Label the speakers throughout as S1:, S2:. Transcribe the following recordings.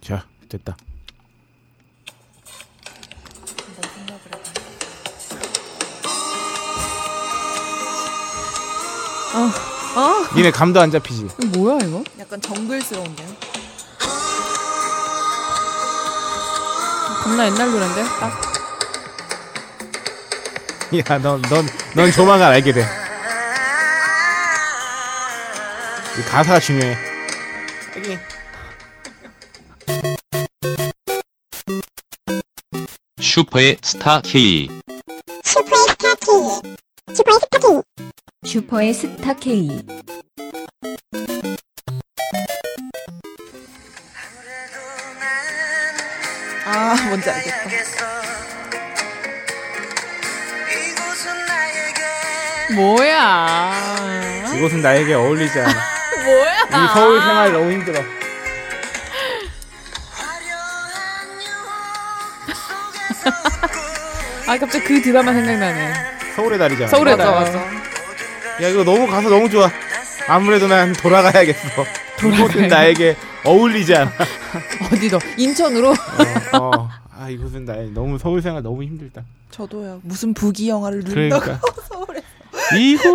S1: 자 됐다.
S2: 한번 생각을 해봐요.
S1: 어?
S3: 아
S1: 니네 감도 안 잡히지.
S3: 이거 어, 뭐야 이거?
S2: 약간 정글스러운데요?
S3: 겁나 옛날 노래인데
S2: 아,
S3: 딱
S1: 야, 넌, 넌, 넌 조만간 알게 돼. 이 가사가 중요해. 여기.
S4: 슈퍼의 스타 K.
S5: 슈퍼의 스타 K.
S2: 아 뭔지 알겠다.
S3: 뭐야?
S1: 이곳은 나에게 어울리지 않아.
S3: 뭐야?
S1: 이 서울 생활 너무 힘들어.
S3: 아 갑자기 그 드라마 생각나네.
S1: 서울의 달이잖아.
S3: 서울의 달.
S1: 야, 이거 너무 가서 너무 좋아. 아무래도 난 돌아가야겠어. 이곳은 나에게 어울리지 않아.
S3: 어디로? 인천으로?
S1: 어, 어. 아, 이곳은 나에게 너무 서울 생활 너무 힘들다.
S2: 저도요. 무슨 부기 영화를 눈다고
S1: 그러니까.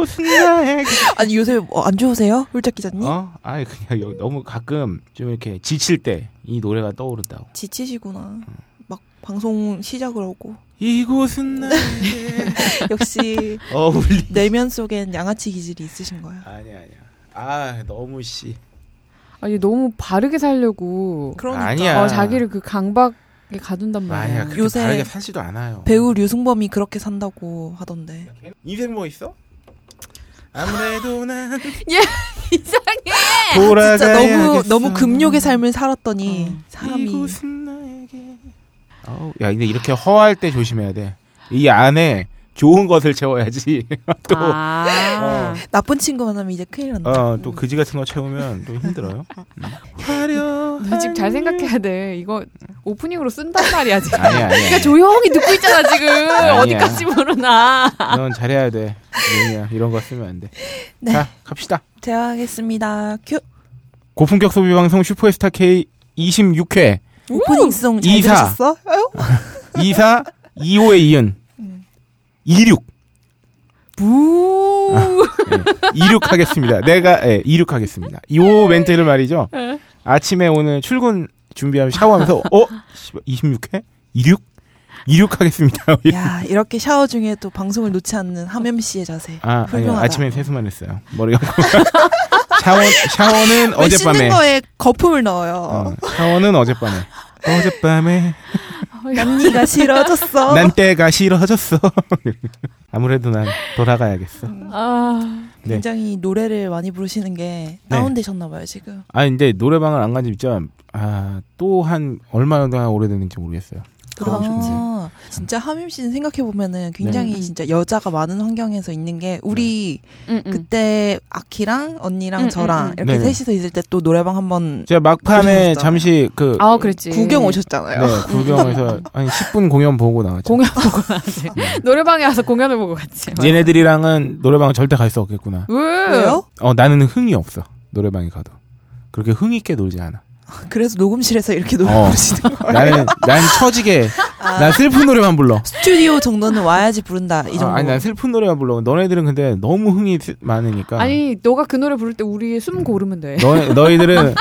S1: 이곳은 나에게.
S2: 아니 요새 뭐안 좋으세요, 홀짝 기자님?
S1: 어? 아니, 그냥 여- 너무 가끔 좀 이렇게 지칠 때 이 노래가 떠오른다고.
S2: 지치시구나.
S1: 음.
S2: 막 방송 시작을 하고
S1: 이곳은 나에게
S2: 역시
S1: 어울리.
S2: 내면 속엔 양아치 기질이 있으신 거예요.
S1: 아니 아니야. 아 너무 씨.
S3: 아니 너무 바르게 살려고
S2: 그러니까
S1: 아니야.
S3: 어, 자기를 그 강박에 가둔단 말이야.
S1: 아니야. 그렇게
S2: 음. 요새
S1: 다르게 살지도 않아요.
S2: 배우 류승범이 그렇게 산다고 하던데.
S1: 인생 뭐 있어? 아무래도 난
S3: 이상해.
S1: 돌아가야
S2: 예, 진짜 너무 너무 금욕의 삶을 살았더니
S3: 어.
S2: 사람이
S1: 이곳은 나에게. 어우, 야 근데 이렇게 허할 때 조심해야 돼. 이 안에 좋은 것을 채워야지. 또
S3: 아.
S2: 나쁜 친구 만나면 이제 큰일 난다.
S1: 어, 또 그지 같은 거 채우면 또 힘들어요. 음. 화려.
S3: 너 지금 잘 생각해야 돼. 이거 오프닝으로 쓴단 말이야 지금.
S1: 아니야, 아니야.
S3: 그러니까 조용히 듣고 있잖아 지금.
S1: 네. 아니야.
S3: 어디까지 모르나.
S1: 넌 잘해야 돼. 민희야, 이런 거 쓰면 안 돼.
S2: 네.
S1: 자 갑시다.
S2: 제가 하겠습니다. 큐
S1: 고품격 소비 방송 슈퍼스타 K 26회
S2: 오프닝송 잘
S1: 이사.
S2: 들으셨어? 아유,
S1: 24 2호의 이은 26
S3: 부.
S1: 아, 예. 이륙하겠습니다. 내가 예, 이륙하겠습니다. 요
S2: 네.
S1: 멘트를 말이죠. 아침에 오늘 출근 준비하면 샤워하면서 어 26회 이륙 이륙하겠습니다.
S2: 야 이렇게 샤워 중에 또 방송을 놓지 않는 하면 씨의 자세
S1: 아 아니요
S2: 훌륭하다.
S1: 아침에 세수만 했어요. 머리가 샤워 샤워는
S2: 왜 씻는
S1: 어젯밤에
S2: 거에 거품을 넣어요.
S1: 어, 샤워는 어젯밤에 어젯밤에
S2: 언니가 싫어졌어.
S1: 난 때가 싫어졌어. 아무래도 난 돌아가야겠어.
S3: 아.
S1: 네.
S2: 굉장히 노래를 많이 부르시는 게 다운되셨나 봐요 지금.
S1: 아니 근데 노래방을 안 간 지 진짜 아, 또 한 얼마나 오래됐는지 모르겠어요.
S2: 아,
S1: 노래방 좋지.
S2: 진짜 하민 씨는 생각해 보면은 굉장히
S3: 네.
S2: 진짜 여자가 많은 환경에서 있는 게 우리
S1: 네.
S3: 음, 음.
S2: 그때 아키랑 언니랑
S3: 음, 음,
S2: 저랑
S3: 음.
S2: 이렇게
S1: 네.
S2: 셋이서 있을 때 또 노래방 한번
S1: 제가 막판에
S2: 그러셨어요.
S1: 잠시 그
S3: 아 그랬지.
S2: 구경 오셨잖아요.
S1: 네, 구경에서 한 10분 공연 보고 나왔죠.
S3: 공연 보고 갔지. 노래방에 와서 공연을 보고 갔지.
S1: 네. 얘네들이랑은 노래방을 절대 갈 수 없겠구나.
S3: 왜?
S2: 왜요?
S1: 어, 나는 흥이 없어. 노래방에 가도. 그렇게 흥 있게 놀지 않아.
S2: 그래서 녹음실에서 이렇게 노래
S1: 어.
S2: 부르시는 거예요.
S1: 나는 난 처지게 난 슬픈 노래만 불러.
S2: 스튜디오 정도는 와야지 부른다 이 정도.
S1: 아, 니난 슬픈 노래만 불러. 너네들은 근데 너무 흥이 세- 많으니까.
S3: 아니 너가 그 노래 부를 때 우리의 숨 고르면 돼.
S1: 너 너희들은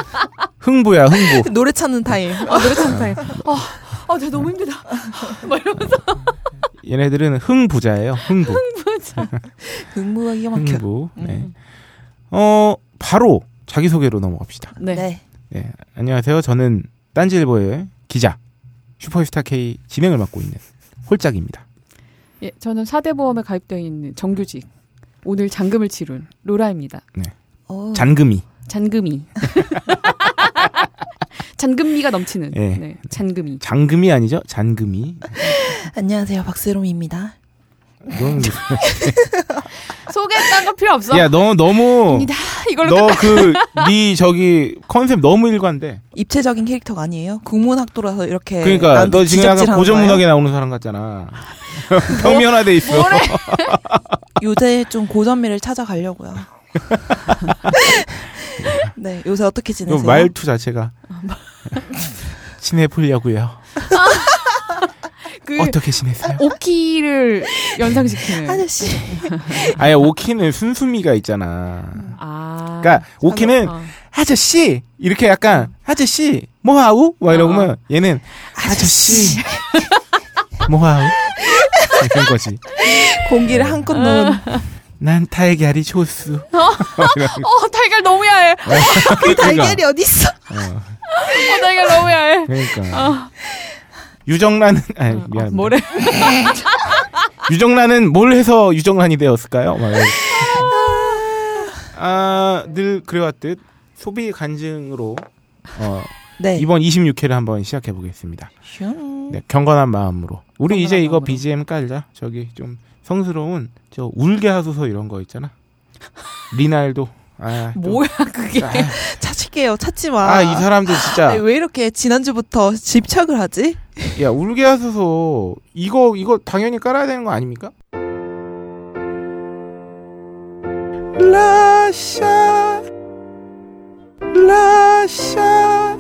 S1: 흥부야 흥부.
S2: 노래 찾는 타임.
S3: 아 노래 찬타임. 아, 아, 제가 너무 힘들다. 막 이러면서
S1: 얘네들은 흥부자예요. 흥부.
S2: 응모가 기가 막혀.
S1: 흥부.
S3: 음.
S1: 네. 어 바로 자기 소개로 넘어갑시다.
S3: 네.
S2: 네.
S1: 네, 안녕하세요. 저는 딴지일보의 기자 슈퍼스타 K 진행을 맡고 있는 홀짝입니다.
S3: 예, 저는 4대 보험에 가입되어 있는 정규직. 오늘 잔금을 치룬 로라입니다. 음.
S2: 어,
S1: 잔금이.
S3: 잔금이. 잔금미가 넘치는
S1: 예.
S3: 네, 잔금이.
S1: 잔금이 아니죠? 잔금이.
S2: 안녕하세요 박세롬입니다.
S1: 이건
S3: 소개 딴거 필요 없어.
S1: 야, 너 너무
S3: 입니다. 이걸로
S1: 너 그 네 저기 컨셉 너무 일관돼.
S2: 입체적인 캐릭터가 아니에요? 국문학도라서
S3: 네.
S2: 이렇게
S1: 그러니까
S2: 나한테
S1: 너 지금 약간
S2: 지적질하는
S1: 고전문학에 나오는 사람 같잖아.
S3: 뭐?
S1: 평면화돼 있어.
S2: 거예요? 요새 좀 고전미를 찾아가려고요. 네, 요새 어떻게
S1: 이거
S2: 지내세요?
S3: 아, 뭐.
S1: 말투 자체가 그 친해 보려고요.
S3: 그
S1: 어떻게 지내세요?
S3: 오키를 연상시키는.
S2: 아저씨.
S1: 아예 오키는 순수미가 있잖아.
S3: 아.
S1: 그러니까 오키는
S3: 아,
S1: 아저씨 이렇게 약간 아저씨 뭐하우? 막 이러면 얘는 아저씨 뭐하우? 이런 거지.
S2: 공기를 한껏
S3: 음.
S2: 넣은
S1: 난 달걀이 좋수. 이런 거.
S3: 어, 달걀 너무 야해.
S2: 그
S1: 그러니까.
S2: 달걀이 어디 있어?
S1: 어,
S3: 어, 달걀 너무 야해.
S1: 그러니까. 유정란은 아니 미안.
S3: 아, 뭐래?
S1: 유정란은 뭘 해서 유정란이 되었을까요? 막 이러고. 아, 늘 그래왔듯 소비 간증으로 어,
S2: 네.
S1: 이번 26회를 한번 시작해 보겠습니다.
S2: 슝.
S1: 네, 경건한 마음으로. 우리
S3: 경건한
S1: 이제 이거
S3: 마음으로.
S1: BGM 깔자. 저기 좀 성스러운 저 울게 하소서 이런 거 있잖아. 리날도. 아, 또.
S3: 뭐야, 그게.
S1: 아,
S2: 찾을게요. 찾지 마.
S1: 아, 이 사람들 진짜.
S2: 아니, 왜 이렇게 지난주부터 집착을 하지?
S1: 야, 울게 하소서. 이거, 이거 당연히 깔아야 되는 거 아닙니까? 라샤. 라샤.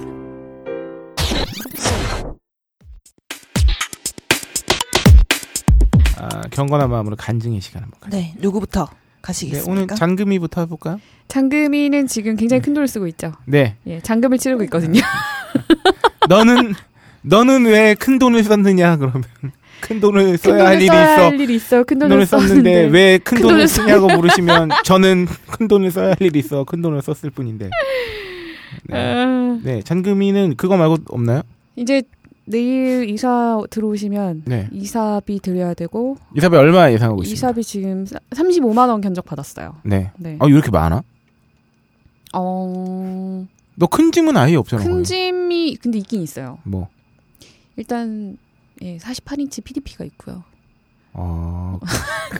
S1: 아, 경건한 마음으로 간증의 시간 한번 가죠.
S2: 네. 누구부터
S1: 네,
S2: 가시겠습니까?
S1: 오늘 잔금이부터 해볼까요?
S3: 장금이는 지금 굉장히 큰 돈을 쓰고 있죠.
S1: 네.
S3: 예, 장금을 치르고 있거든요.
S1: 아, 너는, 너는 왜 큰 돈을 썼느냐, 그러면. 큰 돈을 써야 할 일이
S3: 써야
S1: 있어.
S3: 할 일이 있어.
S1: 큰
S3: 큰 돈을
S1: 돈을 썼는데
S3: 썼는데.
S1: 왜 큰
S3: 큰
S1: 돈을
S3: 돈을
S1: 쓰냐고 물으시면 저는 큰 돈을 써야 할 일이 있어 큰 돈을 썼을 뿐인데 네,
S3: 아,
S1: 네 잔금이는 그거 말고 없나요?
S3: 이제 내일 이사 들어오시면
S1: 네
S3: 이사비 드려야 되고
S1: 이사비 얼마 예상하고 있습니까?
S3: 이사비 지금 35만 원 견적 받았어요.
S1: 네.
S3: 네.
S1: 아 이렇게 많아?
S3: 어,
S1: 너 큰 짐은 아예 없잖아.
S3: 큰
S1: 거의.
S3: 짐이 근데 있긴 있어요.
S1: 뭐?
S3: 일단 예, 48인치 PDP가 있고요.
S1: 아,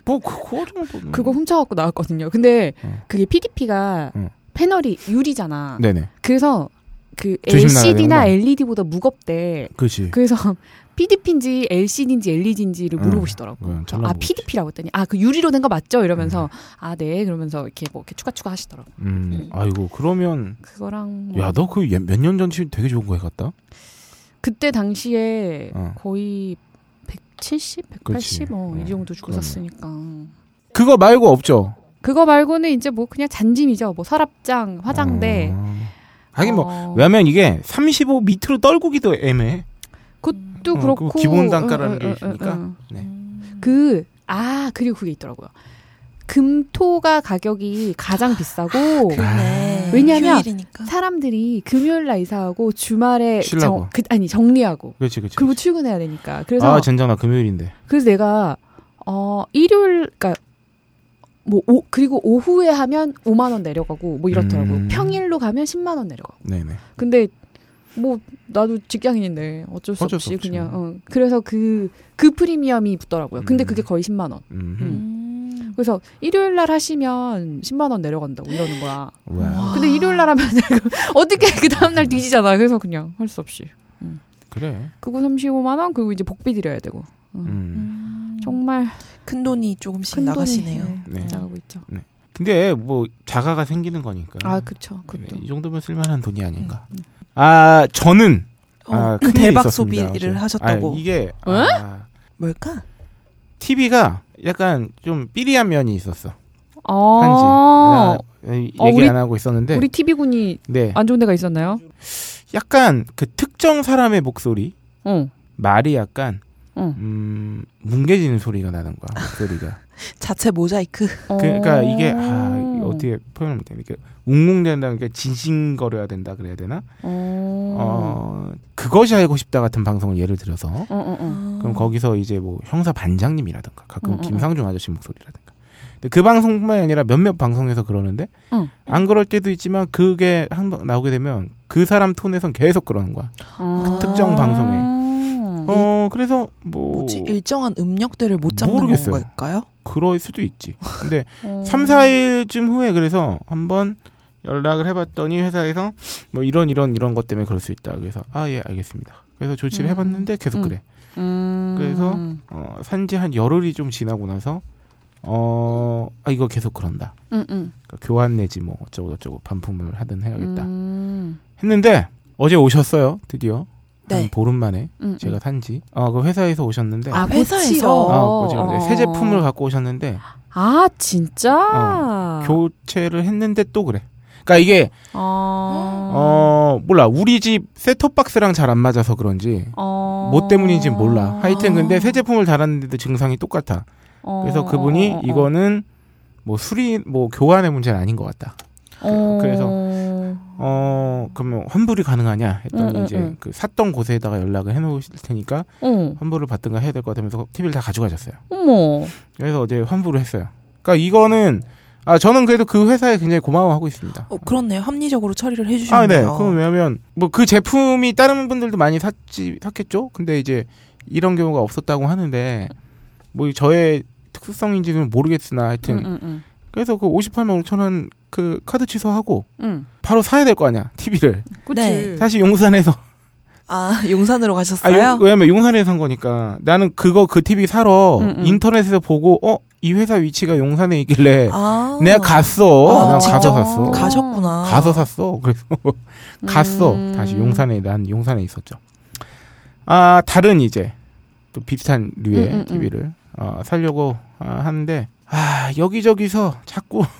S1: 뭐 그거 정도는.
S3: 그거 훔쳐갖고 나왔거든요. 근데
S1: 어.
S3: 그게 PDP가
S1: 응.
S3: 패널이 유리잖아.
S1: 네네.
S3: 그래서 그
S1: 조심 나가야
S3: LCD나
S1: 되는구나. 네.
S3: LED보다 무겁대.
S1: 그렇지.
S3: 그래서 PDP인지 LCD인지 E LED인지를
S1: 응.
S3: 물어보시더라고.
S1: 응,
S3: 요
S1: 음, 잘라
S3: 아
S1: 먹었지.
S3: PDP라고 했더니 아 그 유리로 된 거 맞죠? 이러면서 아 네 그러면서 이렇게 뭐 이렇게 추가 추가 하시더라고. 요 네.
S1: 음, 아이고 그러면
S3: 그거랑 뭐
S1: 야 너 그 몇 년 전치 되게 좋은 거 해갔다.
S3: 그때 당시에
S1: 어.
S3: 거의 170, 180 뭐
S1: 그치.
S3: 이 정도 주고
S1: 그러네.
S3: 샀으니까.
S1: 그거 말고 없죠.
S3: 그거 말고는 이제 뭐 그냥 잔짐이죠. 뭐 서랍장, 화장대.
S1: 어. 하긴 뭐
S3: 어,
S1: 왜냐면 이게 35 밑으로 떨구기도 애매해.
S3: 그것도
S1: 어,
S3: 그렇고
S1: 그 기본 단가라는 게
S3: 어, 어, 어,
S1: 있으니까.
S3: 어, 어.
S1: 네.
S3: 그, 아, 그리고 그게 있더라고요. 금토가 가격이 가장 비싸고,
S2: 그러네.
S3: 왜냐면
S2: 휴일이니까.
S3: 사람들이 금요일 날 이사하고 주말에
S1: 쉬려고.
S3: 정, 그, 아니 정리하고
S1: 그렇지 그렇지.
S3: 그리고 출근해야 되니까 그래서
S1: 아 젠장 나 금요일인데.
S3: 그래서 내가 어 일요일 그러니까 뭐 오, 그리고 오후에 하면 5만 원 내려가고 뭐 이렇더라고
S1: 음.
S3: 요 평일로 가면 10만 원 내려가고
S1: 네네.
S3: 근데 뭐 나도 직장인인데 어쩔 수
S1: 어쩔 수
S3: 없이
S1: 없지.
S3: 그냥 어, 그래서 그 그 프리미엄이 붙더라고요 근데
S1: 음.
S3: 그게 거의 10만 원
S1: 음.
S2: 음.
S3: 그래서 일요일 날 하시면 10만 원 내려간다고 이러는 거야
S1: 와.
S3: 근데 일요일 날 하면 어떻게 그 다음 날 뒤지잖아 그래서 그냥 할 수 없이
S1: 그래.
S3: 그거 35만 원 그리고 이제 복비 드려야 되고
S1: 음.
S3: 정말
S2: 큰 돈이 조금씩
S3: 큰 돈이,
S2: 나가시네요.
S1: 네.
S3: 네. 나가고 있죠.
S1: 근데 뭐 자가가 생기는 거니까.
S3: 아, 그쵸.
S1: 네,
S3: 그것도. 음,
S1: 이 정도면 쓸만한 돈이 아닌가. 아 저는
S2: 어,
S1: 아,
S3: 그
S1: 큰일이
S2: 대박
S1: 있었습니다,
S2: 소비를
S1: 어제.
S2: 하셨다고.
S1: 아, 이게 아,
S2: 뭘까?
S1: TV가 약간 좀 삐리한 면이 있었어. 한지.
S3: 아,
S1: 나 얘기
S3: 어, 우리-
S1: 안 하고 있었는데.
S3: 우리 아. TV 군이
S1: 네.
S3: 안 좋은 데가 있었나요?
S1: 약간 그 특정 사람의 목소리 그,
S3: 어.
S1: 말이 약간
S3: 응.
S1: 음, 뭉개지는 소리가 나는 거야 목소리가.
S2: 자체 모자이크.
S1: 그러니까 이게 아,
S3: 음.
S1: 이게 어떻게 표현하면 되나 이게 웅웅된다 그러니까 징징거려야 된다 그래야 되나
S3: 어.
S1: 어 그것이 알고 싶다 같은 방송을 예를 들어서
S3: 어, 어, 어.
S1: 그럼 거기서 이제 뭐 형사 반장님이라든가 가끔
S3: 음, 음,
S1: 김상중 아저씨 목소리라든가 근데 그 방송뿐만 이 아니라 몇몇 방송에서 그러는데
S3: 음.
S1: 안 그럴 때도 있지만 그게 한 번 나오게 되면 그 사람 톤에선 계속 그러는 거야
S3: 어.
S1: 특정 방송에.
S3: 어.
S1: 어 그래서 뭐
S2: 뭐지? 일정한 음역대를 못 잡는
S1: 모르겠어요.
S2: 건가일까요?
S1: 그럴 수도 있지 근데
S3: 어.
S1: 삼사일쯤 후에 그래서 한번 연락을 해봤더니 회사에서 뭐 이런 이런 이런 것 때문에 그럴 수 있다. 그래서 아 예 알겠습니다. 그래서 조치를
S3: 음.
S1: 해봤는데 계속
S3: 음.
S1: 그래.
S3: 음.
S1: 그래서 어, 산지 한 열흘이 좀 지나고 나서 어, 아 이거 계속 그런다.
S3: 음, 음.
S1: 그러니까 교환 내지 뭐 어쩌고 저쩌고 반품을 하든 해야겠다.
S3: 음.
S1: 했는데 어제 오셨어요 드디어. 한
S2: 네.
S1: 보름 만에
S3: 음, 음.
S1: 제가 산지 어, 그 회사에서 오셨는데
S2: 아, 회사에서?
S3: 고치러.
S1: 어, 그죠. 네, 새 제품을 갖고 오셨는데
S3: 아 진짜.
S1: 어, 교체를 했는데 또 그래. 그러니까 이게
S3: 어.
S1: 어 몰라 우리 집 셋톱 박스랑 잘 안 맞아서 그런지
S3: 어.
S1: 뭐 때문인지 몰라. 하여튼 근데
S2: 아.
S1: 새 제품을 달았는데도 증상이 똑같아.
S3: 어,
S1: 그래서
S3: 어, 어,
S1: 그분이
S3: 어.
S1: 이거는 뭐 수리 뭐 교환의 문제는 아닌 것 같다.
S3: 어.
S1: 그래서 어 그러면 환불이 가능하냐 했더니
S3: 응, 응,
S1: 이제
S3: 응.
S1: 그 샀던 곳에다가 연락을 해놓으실 테니까
S3: 어.
S1: 환불을 받든가 해야 될 것 같으면서 TV를 다 가져가셨어요.
S3: 어머.
S1: 그래서 어제 환불을 했어요. 그러니까 이거는 아 저는 그래도 그 회사에 굉장히 고마워하고 있습니다.
S2: 어, 그렇네요. 합리적으로 처리를
S1: 아, 네.
S2: 해주셨네요.
S1: 그럼 왜냐면 뭐 그 제품이 다른 분들도 많이 샀지 샀겠죠. 근데 이제 이런 경우가 없었다고 하는데 뭐 저의 특수성인지는 모르겠으나 하여튼
S2: 음,
S3: 응, 응, 응.
S1: 그래서 그 58만 5천 원 그 카드 취소하고
S3: 응.
S1: 바로 사야 될 거 아니야 TV를
S3: 그치.
S2: 음. 네.
S1: 사실 용산에서
S2: 아, 용산으로
S1: 아,
S2: 가셨어요?
S1: 용, 왜냐면 용산에서 산 거니까 나는 그거 그 TV 사러
S3: 음, 음.
S1: 인터넷에서 보고 어 이 회사 위치가 용산에 있길래
S2: 아.
S1: 내가 갔어
S2: 아,
S1: 내가
S2: 직접
S1: 가서 샀어
S3: 가-
S2: 가셨구나.
S1: 가서 샀어 그래서 갔어.
S3: 음.
S1: 다시 용산에 난 용산에 있었죠. 아 다른 이제 또 비슷한 류의
S3: 음, 음, 음.
S1: TV를 어, 살려고 아, 하는데 아 여기저기서 자꾸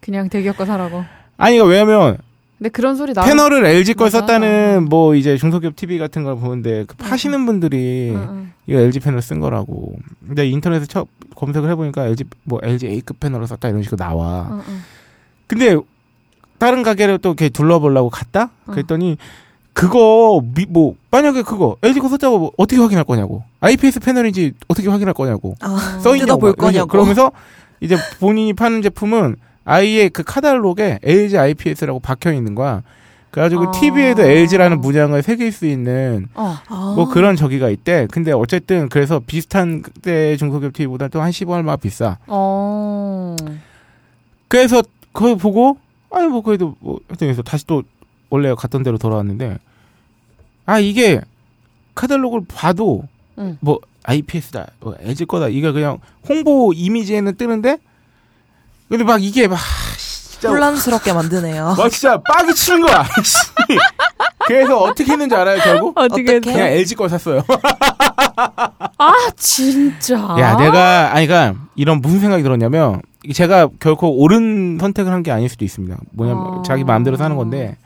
S3: 그냥 대기업과 사라고.
S1: 아니 이거 왜냐면
S3: 근데 그런 소리 나.
S1: 패널을 LG 걸
S3: 맞아. 음,
S1: 썼다는 뭐 이제 중소기업 TV 같은 걸 보는데 그 파시는 분들이
S3: 응,
S1: 이거 LG 패널 쓴 거라고. 근데 인터넷에 첫 검색을 해보니까 LG 뭐 LG A급 패널을 썼다 이런 식으로 나와.
S3: 응, 응.
S1: 근데 다른 가게를 또 이렇게 둘러보려고 갔다?
S2: 어.
S1: 그랬더니 그거 미- 뭐 만약에 그거 LG 거 썼다고 뭐 어떻게 확인할 거냐고 IPS 패널인지 어떻게 확인할 거냐고
S2: 아,
S1: 써 있냐고
S2: 뜯어볼
S1: 막 이런 식으로.
S2: 거냐고.
S1: 그러면서 이제 본인이 파는 제품은 아예 그 카탈로그에 LG IPS라고 박혀 있는 거야. 그래가지고
S2: 어.
S3: 아.
S1: TV에도 LG라는 문양을 새길 수 있는
S3: 어.
S2: 아.
S1: 뭐 그런 저기가 있대. 근데 어쨌든 그래서 비슷한 때 중소기업 TV보다 또 한 15얼마 비싸.
S3: 어.
S1: 그래서 그걸 보고 아니 뭐 그래도 뭐 하여튼 그래서 다시 또 원래 갔던 데로 돌아왔는데 아 이게 카탈로그를 봐도
S3: 응.
S1: 뭐 IPS다 뭐 애질 거다 이게 그냥 홍보 이미지에는 뜨는데 근데 막 이게 막 아, 진짜 뭐?
S2: 혼란스럽게 만드네요.
S1: 막 진짜 빡이 치는 거야 씨. 그래서 어떻게 했는지 알아요 결국
S3: 어떻게
S2: 어떡해?
S1: 그냥 LG 걸 샀어요
S3: 아, 진짜. 어,
S1: 야 내가 아니 그러니까 이런 무슨 생각이 들었냐면 이게 제가 결코 옳은 선택을 한 게 아닐 수도 있습니다. 뭐냐면
S3: 어.
S1: 자기 마음대로 사는 건데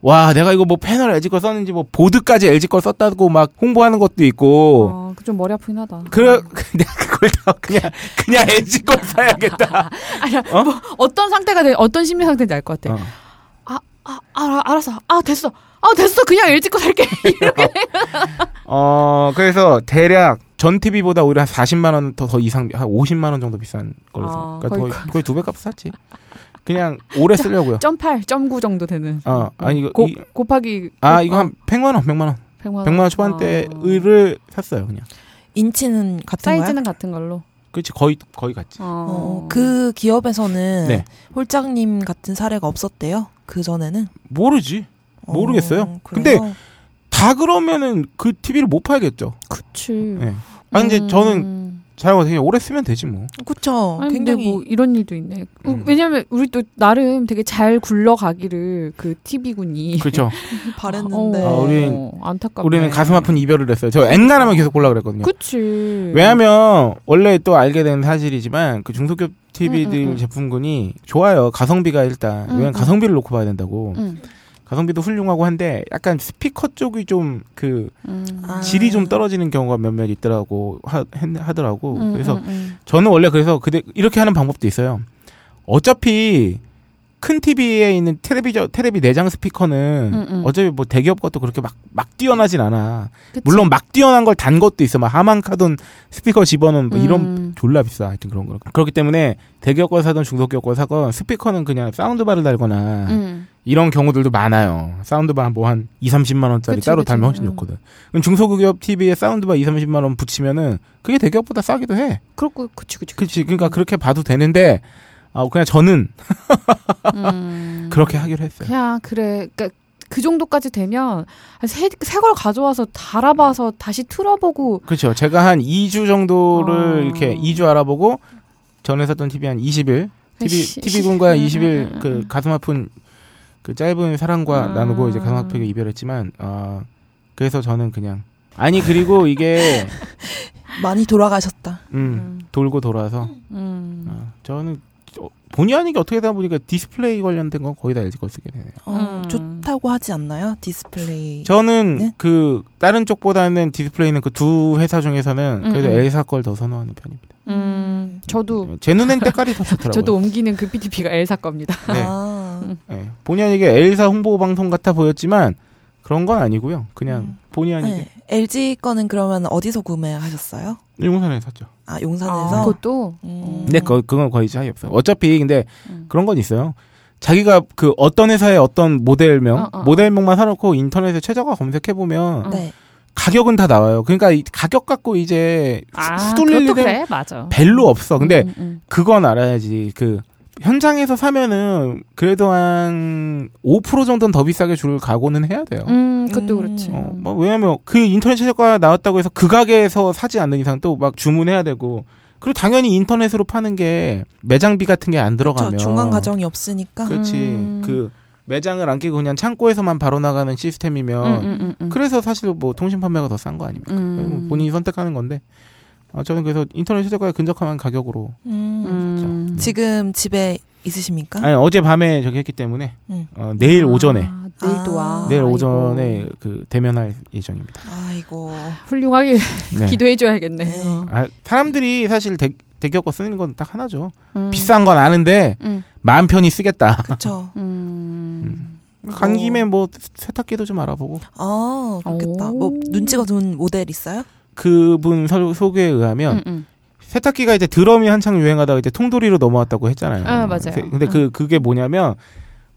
S1: 와 내가 이거 뭐 패널 LG 걸 썼는지 뭐 보드까지 LG 걸 썼다고 막 홍보하는 것도 있고
S3: 어, 그좀 머리 아프긴 하다.
S1: 그래 그냥 그걸 다 그냥 그냥 LG 걸 사야겠다.
S3: 아니야,
S1: 어?
S3: 뭐 어떤 상태가 돼, 어떤 심리 상태인지 알 것 같아.
S1: 어.
S3: 아, 아, 알았어. 아, 됐어. 아, 됐어. 그냥 일찍 거 살게.
S1: 어, 그래서 대략 전 TV보다 오히려 한 40만 원 더 이상 한 50만 원 정도 비싼 걸로
S3: 아,
S1: 샀- 그러니까
S3: 거의-
S1: 거의 거의 두 배 값 샀지. 그냥 오래 쓰려고요.
S3: 0.8, 0.9 정도 되는.
S1: 어, 아니 이거
S3: 고,
S1: 이-
S3: 곱하기
S1: 아 이거 한 100만 원, 100만 원.
S3: 100만 원, 어.
S1: 100만 원 초반대를 샀어요, 그냥.
S2: 인치는 같은 거야?
S3: 사이즈는 뭐. 같은 걸로.
S1: 그렇지 거의 거의 같지.
S2: 어, 그 기업에서는
S1: 네.
S2: 홀장님 같은 사례가 없었대요. 그 전에는
S1: 모르지. 모르겠어요. 근데 다 그러면은 그 TV를 못 팔겠죠.
S3: 그치.
S1: 예. 아 근데
S3: 음.
S1: 저는 자영업 되게 오래 쓰면 되지 뭐.
S2: 그쵸.
S3: 아니,
S2: 굉장히
S3: 근데 뭐 이런 일도 있네. 어,
S1: 음.
S3: 왜냐면 우리 또 나름 되게 잘 굴러가기를 그 TV군이 어,
S1: 그렇죠.
S2: 바랬는데
S1: 아, 우리- 우린-
S3: 안타깝네.
S1: 우리는 가슴 아픈 이별을 했어요. 저 엔간하면 계속 보려고 그랬거든요.
S3: 그치.
S1: 왜냐면 원래 또 알게 된 사실이지만 그 중소기업 TV들
S3: 음, 음, 음.
S1: 제품군이 좋아요. 가성비가 일단.
S3: 음,
S1: 왜냐면
S3: 음.
S1: 가성비를 놓고 봐야 된다고.
S3: 음,
S1: 가성비도 훌륭하고 한데 약간 스피커 쪽이 좀 그
S3: 음.
S2: 아.
S1: 질이 좀 떨어지는 경우가 몇몇 있더라고 하, 했- 하더라고.
S3: 음,
S1: 그래서
S3: 음, 음.
S1: 저는 원래 그래서 그대 이렇게 하는 방법도 있어요. 어차피 큰 TV에 있는 텔레비전 텔레비 내장 스피커는
S3: 음, 음.
S1: 어차피 뭐 대기업 것도 그렇게 막 막 뛰어나진 않아.
S3: 그치.
S1: 물론 막 뛰어난 걸 단 것도 있어. 막 하만 카돈 스피커 집어넣은 뭐 이런
S3: 음.
S1: 졸라 비싸. 하여튼 그런 거. 그렇기 때문에 대기업 걸 사든 중소기업 걸 사건 스피커는 그냥 사운드바를 달거나
S3: 음.
S1: 이런 경우들도 많아요. 사운드바 뭐 한 2, 30만 원짜리
S3: 그치,
S1: 따로
S3: 그치.
S1: 달면 훨씬
S3: 음.
S1: 좋거든. 그럼 중소기업 TV에 사운드바 2, 30만 원 붙이면은 그게 대기업보다 싸기도 해.
S3: 그렇고 그치 그치.
S1: 그치. 그러니까 그렇게 봐도 되는데, 아, 그냥 저는
S3: 음.
S1: 그렇게 하기로 했어요.
S3: 그냥 그래. 그러니까 그 정도까지 되면 새새걸 가져와서 달아봐서 다시 틀어보고
S1: 그렇죠. 제가 한 2주 정도를
S3: 아.
S1: 이렇게 2주 알아보고, 전에 샀던 TV 한 20일, TV,
S3: 시-
S1: TV군과
S3: 시-
S1: 20일
S3: 음,
S1: 그 가슴 아픈 그 짧은 사랑과
S3: 아.
S1: 나누고 이제 강학팩에 이별했지만 아 그래서 저는 그냥 아니 그리고 이게
S2: 많이 돌아가셨다.
S1: 음, 돌고 돌아서
S3: 음.
S1: 아, 저는 어, 본의 아니게 어떻게 되다 보니까 디스플레이 관련된 건 거의 다 LG 걸 쓰게 되네요.
S2: 어,
S3: 음.
S2: 좋다고 하지 않나요?
S3: 예.
S2: 디스플레이.
S1: 저는
S2: 네?
S1: 그 다른 쪽보다는 디스플레이는 그 두 회사 중에서는 그래도
S3: 음, 음.
S1: L사 걸 더 선호하는 편입니다.
S3: 음, 저도
S1: 제 눈엔 때깔이 더 좋더라고요.
S3: 저도 옮기는 그 PTP가 엘사 겁니다.
S1: 네.
S2: 아,
S3: 음.
S1: 예, 본의 아니게 L사 홍보 방송 같아 보였지만 그런 건 아니고요. 그냥
S2: 음.
S1: 본의 아니게
S2: 네. LG 거는 그러면 어디서 구매하셨어요?
S1: 일본산에 샀죠.
S2: 아, 용산에서.
S3: 아, 그것도
S2: 음.
S1: 근데 그, 그건 거의 차이 없어요. 어차피 근데
S3: 음.
S1: 그런 건 있어요. 자기가 그 어떤 회사의 어떤 모델명,
S3: 어, 어, 어.
S1: 모델명만 사놓고 인터넷에 최저가 검색해 보면
S3: 어.
S2: 네.
S1: 가격은 다 나와요. 그러니까 이 가격 갖고 이제
S3: 아,
S1: 수돌릴
S3: 그것도
S1: 일은
S3: 그래, 맞아.
S1: 별로 없어. 근데
S3: 음, 음,
S1: 그건 알아야지. 그 현장에서 사면은 그래도 한 5% 정도는 더 비싸게 줄 각오는 해야 돼요.
S3: 음. 음, 그것도
S2: 음.
S3: 그렇지.
S1: 어, 뭐 왜냐면 그 인터넷 최저가 나왔다고 해서 그 가게에서 사지 않는 이상 또 막 주문해야 되고 그리고 당연히 인터넷으로 파는 게 매장비 같은 게 안
S2: 저
S1: 들어가면
S2: 중간 과정이 없으니까.
S1: 그렇지
S3: 음.
S1: 그 매장을 안 끼고 그냥 창고에서만 바로 나가는 시스템이면
S3: 음, 음, 음,
S1: 그래서 사실 뭐 통신 판매가 더 싼 거 아닙니까?
S3: 음.
S1: 본인이 선택하는 건데 아, 저는 그래서 인터넷 최저가에 근접한 가격으로 그렇죠.
S2: 음.
S3: 음.
S2: 지금 집에 있으십니까?
S1: 아니 어제 밤에 저기 했기 때문에
S2: 응.
S1: 어, 내일 오전에
S3: 네. 아, 내일 또 와.
S2: 아,
S1: 내일
S3: 아이고.
S1: 오전에 그 대면할 예정입니다.
S2: 아이고.
S3: 훌륭하게
S1: 네.
S3: 기도해줘야겠네. 어.
S2: 네.
S3: 요
S1: 아, 사람들이 사실 대, 대기업과 쓰는 건 딱 하나죠.
S3: 음.
S1: 비싼 건 아는데
S3: 음.
S1: 마음 편히 쓰겠다.
S2: 그쵸.
S3: 음.
S1: 간 김에 뭐 세탁기도 좀 알아보고
S2: 아, 그렇겠다.
S3: 오.
S2: 뭐, 눈치가 좋은 모델 있어요?
S1: 그분 서- 소개에 의하면
S3: 음, 음.
S1: 세탁기가 이제 드럼이 한창 유행하다가 이제 통돌이로 넘어왔다고 했잖아요.
S3: 아, 맞아요.
S1: 세- 근데 그 그게 뭐냐면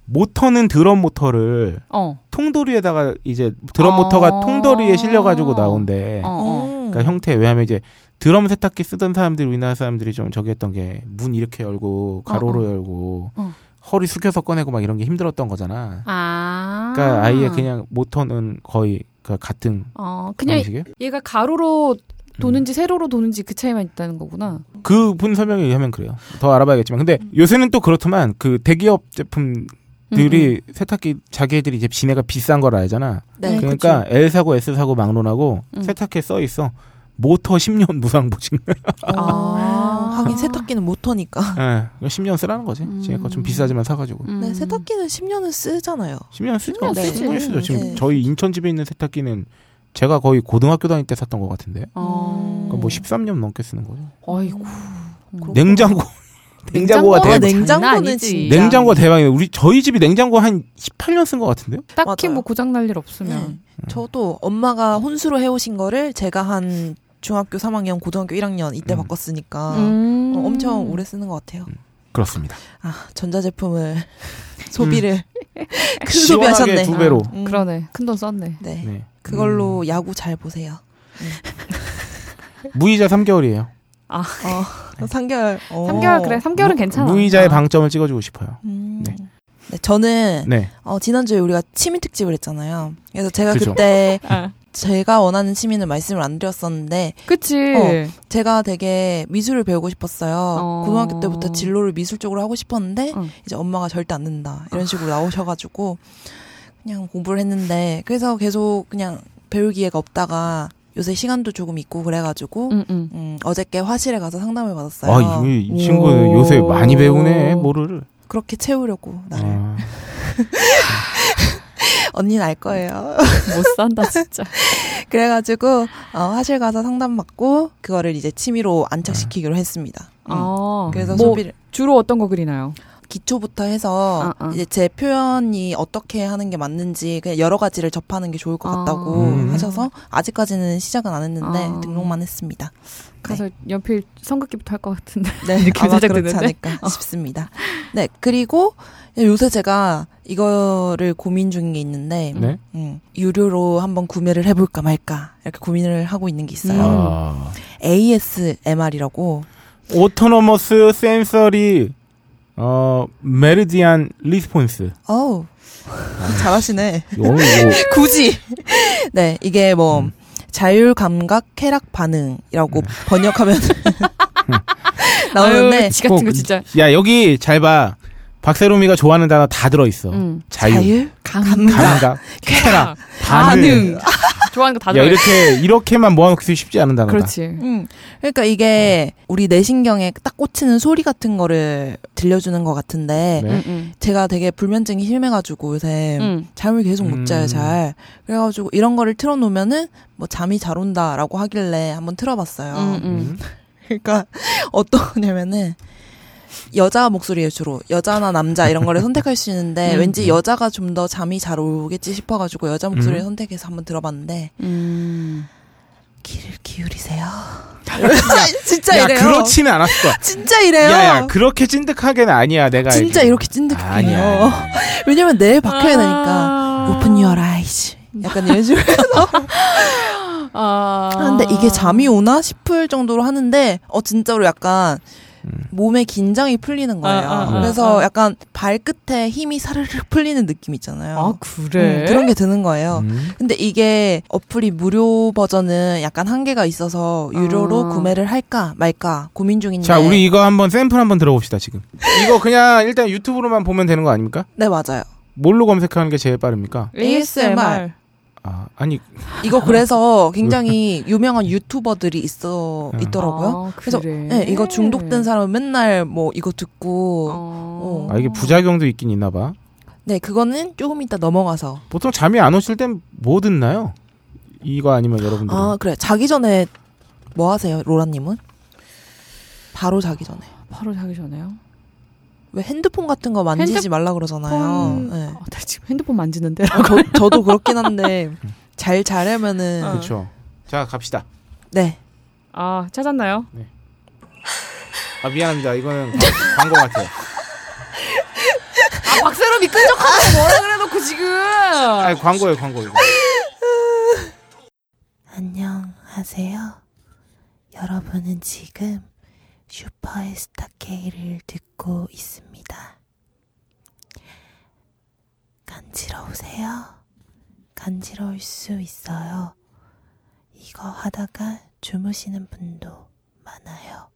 S1: 모터는 드럼 모터를
S3: 어.
S1: 통돌이에다가 이제 드럼
S3: 어.
S1: 모터가 통돌이에 실려가지고 나온대.
S3: 어, 어.
S2: 음.
S1: 그러니까 형태 왜냐면 이제 드럼 세탁기 쓰던 사람들이 우리나라 사람들이 좀 저기 했던 게 문 이렇게 열고 가로로
S3: 어,
S1: 열고
S3: 어.
S1: 허리 숙여서 꺼내고 막 이런 게 힘들었던 거잖아.
S3: 아.
S1: 그러니까 아. 예 그냥 모터는 거의 그 같은
S3: 어, 그냥
S1: 방식이에요. 음.
S3: 얘가 가로로 도는지 세로로 도는지 그 차이만 있다는 거구나.
S1: 그분 설명에 의하면 그래요. 더 알아봐야겠지만 근데
S3: 음.
S1: 요새는 또 그렇지만 그 대기업 제품들이
S3: 음,
S1: 세탁기 자기들이 이제 지네가 비싼 걸 알잖아.
S2: 네.
S3: 그-
S1: 그러니까 L 사고 S 사고 막론하고
S3: 음.
S1: 세탁기에 써 있어. 모터 10년 무상 보증.
S2: 어,
S3: 아.
S2: 하긴 세탁기는 모터니까.
S1: 예, 10년 쓰라는 거지.
S3: 음.
S1: 지네 거좀 비싸지만 사가지고.
S3: 음.
S2: 네, 세탁기는 10년은 쓰잖아요.
S1: 10년 쓰죠.
S3: 10년
S1: 네.
S2: 쓰지.
S1: 충분히 쓰죠. 지금
S2: 네.
S1: 저희 인천 집에 있는 세탁기는 제가 거의 고등학교 다닐 때 샀던 것 같은데.
S3: 어.
S1: 그러니까 뭐 13년 넘게 쓰는 거죠.
S3: 아이고.
S2: 그렇구나.
S1: 음. 냉장고. 냉장고가
S2: 아,
S1: 대박.
S2: 뭐 냉장고는
S3: 네, 뭐 장난이지.
S2: 진짜. 냉-
S1: 냉장고가 대박이네. 우리 저희 집이 냉장고 한 18년 쓴 것 같은데요?
S3: 딱히
S2: 맞아요.
S3: 뭐 고장 날 일
S2: 네.
S3: 없으면.
S2: 저도 엄마가 혼수로 해오신 거를 제가 한 중학교 3학년, 고등학교 1학년 이때
S1: 음.
S2: 바꿨으니까
S3: 음.
S2: 어, 엄청 오래 쓰는 것 같아요.
S1: 그렇습니다.
S2: 아, 전자제품을 소비를 큰
S1: 음. 시원하게
S2: 소비하셨네.
S1: 두 배로.
S2: 음,
S3: 그러네. 큰 돈 썼네.
S2: 네.
S1: 네.
S2: 그걸로
S3: 음.
S2: 야구 잘 보세요.
S1: 음, 무이자 3개월이에요.
S2: 어,
S1: 네.
S2: 3개월. 어.
S3: 3개월 그래. 3개월은 괜찮아.
S1: 무이자의 방점을 찍어주고 싶어요.
S2: 음.
S1: 네.
S2: 네. 저는
S1: 네.
S2: 어, 지난주에 우리가 취미 특집을 했잖아요. 그래서 제가
S1: 그죠.
S2: 그때
S3: 아.
S2: 제가 원하는 취미는 말씀을 안 드렸었는데
S3: 그치.
S2: 어. 제가 되게 미술을 배우고 싶었어요.
S3: 어.
S2: 고등학교 때부터 진로를 미술 쪽으로 하고 싶었는데
S3: 응. 아.
S2: 이제 엄마가 절대 안 된다 이런 식으로 나오셔가지고 그냥 공부를 했는데 그래서 계속 그냥 배울 기회가 없다가 요새 시간도 조금 있고 그래가지고
S3: 응, 응.
S2: 음, 어저께 화실에 가서 상담을 받았어요.
S1: 아, 이, 이 친구는
S3: 오.
S1: 요새 많이 배우네, 뭐를.
S2: 그렇게 채우려고 나를
S1: 아,
S2: 언니는 알 거예요.
S3: 못 산다, 진짜.
S2: 그래가지고 어, 화실 가서 상담 받고 그거를 이제 취미로 안착시키기로 했습니다. 음.
S3: 아.
S2: 그래서
S3: 뭐
S2: 소비를
S3: 주로 어떤 거 그리나요?
S2: 기초부터 해서
S3: 아, 아.
S2: 이제 제 표현이 어떻게 하는 게 맞는지 그냥 여러 가지를 접하는 게 좋을 것
S3: 아.
S2: 같다고
S1: 음.
S2: 하셔서 아직까지는 시작은 안 했는데
S3: 아.
S2: 등록만 했습니다.
S3: 가서 연필 성극기부터 할 것 같은데.
S2: 네,
S3: 이렇게
S2: 아마
S3: 살짝
S2: 그렇지
S3: 듣는데? 어.
S2: 않을까 싶습니다. 네, 그리고 요새 제가 이거를 고민 중인 게 있는데
S1: 네.
S2: 음, 유료로 한번 구매를 해볼까 말까 이렇게 고민을 하고 있는 게 있어요.
S3: 음.
S1: 아.
S2: ASMR이라고
S1: 오토노머스 센서리, 어, 메르디안 리스폰스.
S2: 어우 잘하시네.
S1: 이거 오늘 이거
S2: 굳이. 네, 이게 뭐
S1: 음.
S2: 자율 감각 쾌락 반응이라고 번역하면 나오는데 어, 네.
S3: 아유, 지 같은
S1: 꼭
S3: 거
S2: 뭐,
S3: 진짜.
S1: 야 여기 잘 봐. 박세롬이가 좋아하는 단어 다 들어있어.
S3: 음.
S1: 자유,
S3: 강,
S1: 감각, 쾌락, 반응.
S3: 반응. 좋아하는 거 다
S1: 야
S3: 들어.
S1: 이렇게 이렇게만 모아놓기 쉽지 않은 단어다.
S3: 그렇지.
S2: 음. 그러니까
S1: 네.
S2: 이게 우리 내신경에 딱 꽂히는 소리 같은 거를 들려주는 것 같은데
S1: 네.
S3: 응, 응.
S2: 제가 되게 불면증이 심해가지고 요새
S3: 응.
S2: 잠을 계속 못 자요
S1: 음.
S2: 잘 그래가지고 이런 거를 틀어놓으면은 뭐 잠이 잘 온다라고 하길래 한번 틀어봤어요
S3: 응, 응.
S1: 음.
S2: 그러니까 어떠냐면은 여자 목소리에 주로 여자나 남자 이런 거를 선택할 수 있는데
S3: 음.
S2: 왠지 여자가 좀 더 잠이 잘 오겠지 싶어가지고 여자 목소리를
S1: 음.
S2: 선택해서 한번 들어봤는데
S3: 음.
S2: 귀를 기울이세요 진짜
S1: 아, 야
S2: 이래요
S1: 그렇지는 않았어.
S2: 진짜 이래요
S1: 야야 그렇게 찐득하게는 아니야 내가.
S2: 진짜
S1: 알기로.
S2: 이렇게 찐득해요
S1: 아니야. 아니야.
S2: 왜냐면 내일 박혀야 어, 되니까
S1: 아.
S2: Open your eyes 약간 이런 식으로
S3: 아.
S2: 하는데 이게 잠이 오나 싶을 정도로 하는데 어 진짜로 약간
S1: 음.
S2: 몸의 긴장이 풀리는 거예요.
S3: 아,
S1: 아,
S2: 그래서
S3: 아.
S2: 약간 발끝에 힘이 사르르 풀리는 느낌 있잖아요.
S3: 아 그래.
S2: 음, 그런 게 드는 거예요.
S1: 음.
S2: 근데 이게 어플이 무료 버전은 약간 한계가 있어서 유료로
S3: 아.
S2: 구매를 할까 말까 고민 중인데.
S1: 자 우리 이거 한번 샘플 한번 들어봅시다 지금. 이거 그냥 일단 유튜브로만 보면 되는 거 아닙니까?
S2: 네 맞아요.
S1: 뭘로 검색하는 게 제일 빠릅니까?
S2: ASMR.
S1: 아 아니
S2: 이거 그래서 굉장히 유명한 유튜버들이 있어
S1: 아.
S2: 있더라고요.
S3: 아,
S2: 그래서
S3: 그래.
S2: 네, 이거 중독된 사람 맨날 뭐 이거 듣고
S3: 어.
S1: 아 이게 부작용도 있긴 있나봐.
S2: 네 그거는 조금 이따 넘어가서
S1: 보통 잠이 안 오실 땐 뭐 듣나요? 이거 아니면 여러분들.
S2: 아 그래 자기 전에 뭐 하세요 로라님은? 바로 자기 전에
S3: 바로 자기 전에요.
S2: 왜 핸드폰 같은 거 만지지
S3: 핸드폰-
S2: 말라 그러잖아요.
S3: 폰-
S2: 네.
S3: 아, 나 지금 핸드폰 만지는데.
S2: 아, 저, 저도 그렇긴 한데 잘 자려면은
S3: 어.
S1: 그렇죠. 자 갑시다.
S2: 네
S3: 아 찾았나요?
S1: 아 미안합니다. 이거는 광고 같아요.
S3: 아 박세롬이 끈적하다고 뭐라 그래놓고 지금.
S1: 아 광고예요 광고 이거.
S5: 안녕하세요. 여러분은 지금 슈퍼의 스타K를 듣고 있습니다. 간지러우세요? 간지러울 수 있어요. 이거 하다가 주무시는 분도 많아요.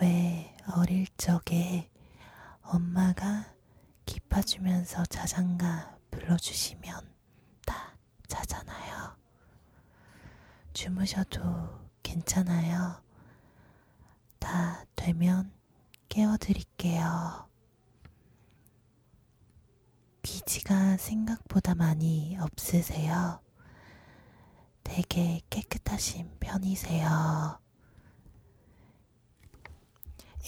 S5: 왜 어릴 적에 엄마가 기파주면서 자장가 불러주시면 다 자잖아요. 주무셔도 괜찮아요. 다 되면 깨워드릴게요. 귀지가 생각보다 많이 없으세요. 되게 깨끗하신 편이세요.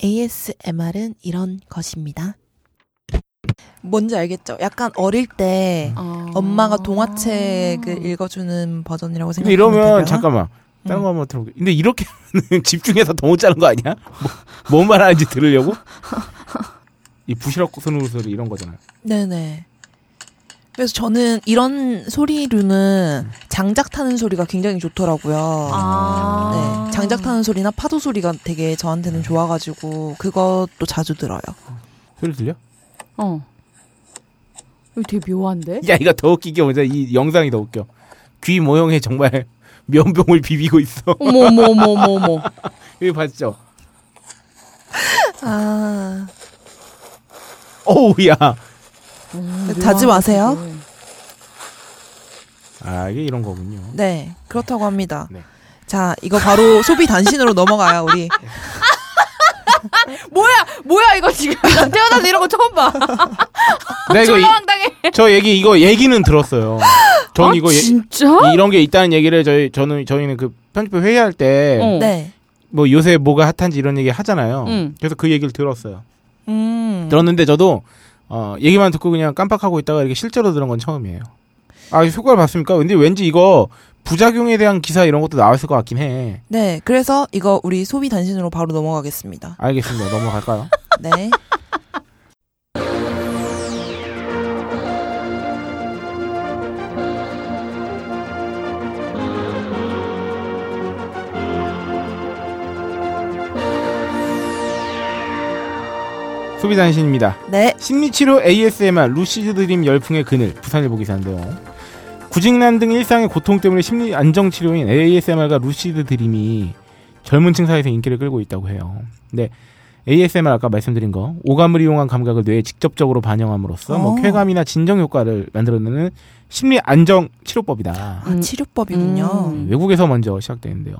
S5: ASMR은 이런 것입니다.
S2: 뭔지 알겠죠? 약간 어릴 때
S3: 아.
S2: 엄마가 동화책을 읽어주는 버전이라고
S1: 근데
S2: 생각하면
S1: 이러면
S2: 되려나?
S1: 잠깐만. 다른 네.
S2: 음.
S1: 거 한번 들어볼게. 근데 이렇게 하면은 집중해서 너무 자는 거 아니야? 뭐, 뭔 말하는지 들으려고? 이 부시럭 소리 소리 이런 거잖아요.
S2: 네네. 그래서 저는 이런 소리류는 장작 타는 소리가 굉장히 좋더라고요.
S3: 아.
S2: 네, 장작 타는 소리나 파도 소리가 되게 저한테는 좋아가지고 그것도 자주 들어요.
S1: 소리 들려?
S3: 어. 이거 되게 묘한데?
S1: 야 이거 더 웃기게 보자. 이 영상이 더 웃겨. 귀 모형에 정말 면봉을 비비고 있어.
S3: 어머 어머 어머 어머 어머.
S1: 여기 봤죠?
S2: 아,
S1: 어우야.
S3: 음,
S2: 자지
S3: 묘하네,
S2: 마세요.
S3: 되게.
S1: 아 이게 이런 거군요.
S2: 네 그렇다고 합니다.
S1: 네.
S2: 자, 이거 바로 소비 단신으로 넘어가요 우리.
S3: 뭐야 뭐야 이거 지금 나 태어나서 이런 거 처음 봐. 아,
S1: 네 아, 이거 이-
S3: 졸라 당해
S1: 저 얘기 이거 얘기는 들었어요. 전
S3: 아,
S1: 이거 예-
S3: 진짜?
S1: 이런 게 있다는 얘기를 저희 저는 저희는 그 편집부 회의할 때 뭐
S3: 어.
S2: 네.
S1: 요새 뭐가 핫한지 이런 얘기 하잖아요.
S3: 응.
S1: 그래서 그 얘기를 들었어요.
S2: 음.
S1: 들었는데 저도 어, 얘기만 듣고 그냥 깜빡하고 있다가 이렇게 실제로 들은 건 처음이에요. 아, 이 효과를 봤습니까? 근데 왠지 이거 부작용에 대한 기사 이런 것도 나왔을 것 같긴 해.
S2: 네, 그래서 이거 우리 소비 단신으로 바로 넘어가겠습니다.
S1: 알겠습니다. 넘어갈까요?
S2: 네.
S1: 소비단신입니다.
S2: 네.
S1: 심리치료 ASMR 루시드 드림 열풍의 그늘 부산일보 기사인데요. 구직난 등 일상의 고통 때문에 심리 안정 치료인 네, ASMR과 루시드 드림이 젊은 층 사이에서 인기를 끌고 있다고 해요. 근데 ASMR 아까 말씀드린 거 오감을 이용한 감각을 뇌에 직접적으로 반영함으로써 뭐
S2: 어.
S1: 쾌감이나 진정 효과를 만들어내는 심리 안정 치료법이다.
S2: 아,
S3: 음.
S2: 치료법이군요.
S3: 음.
S1: 외국에서 먼저 시작되는데요.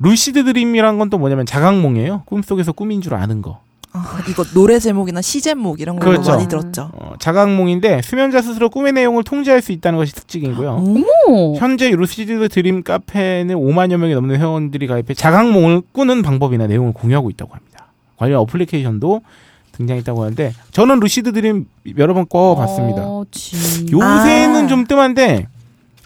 S1: 루시드 드림이란 건 또 뭐냐면 자각몽이에요. 꿈속에서 꿈인 줄 아는 거.
S2: 아, 이거 노래 제목이나 시 제목 이런 거
S1: 그렇죠.
S2: 많이 들었죠.
S1: 어, 자각몽인데 수면자 스스로 꿈의 내용을 통제할 수 있다는 것이 특징이고요.
S2: 음?
S3: 오.
S1: 현재 루시드 드림 카페에는 5만여 명이 넘는 회원들이 가입해 자각몽을 꾸는 방법이나 내용을 공유하고 있다고 합니다. 관련 어플리케이션도 등장했다고 하는데 저는 루시드 드림 여러 번 꿔봤습니다.
S3: 어, 진-
S1: 요새는
S2: 아.
S1: 좀 뜸한데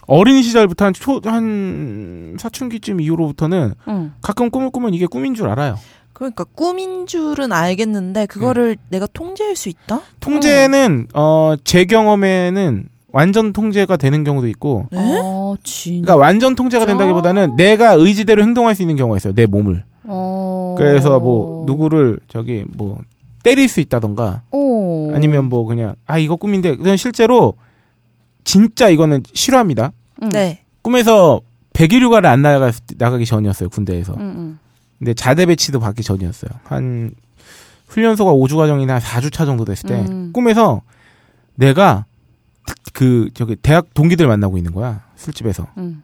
S1: 어린 시절부터 한 초, 한 사춘기쯤 이후로부터는
S3: 응.
S1: 가끔 꿈을 꾸면 이게 꿈인 줄 알아요.
S2: 그러니까 꿈인 줄은 알겠는데 그거를
S1: 음.
S2: 내가 통제할 수 있다?
S1: 통제는, 어, 제 경험에는 완전 통제가 되는 경우도 있고,
S2: 네?
S3: 어, 진.
S1: 그러니까 완전 통제가
S3: 진짜?
S1: 된다기보다는 내가 의지대로 행동할 수 있는 경우가 있어요. 내 몸을.
S3: 어.
S1: 그래서 뭐 누구를 저기 뭐 때릴 수 있다던가
S3: 오.
S1: 아니면 뭐 그냥 아 이거 꿈인데 그냥 실제로 진짜 이거는 실화입니다.
S3: 응.
S2: 네.
S1: 꿈에서 백일 휴가를 안 나가 나가기 전이었어요 군대에서.
S3: 응, 응.
S1: 근데 자대 배치도 받기 전이었어요. 한 훈련소가 5주 과정이나 4주차 정도 됐을 때
S3: 음.
S1: 꿈에서 내가 특- 그 저기 대학 동기들 만나고 있는 거야 술집에서.
S3: 응.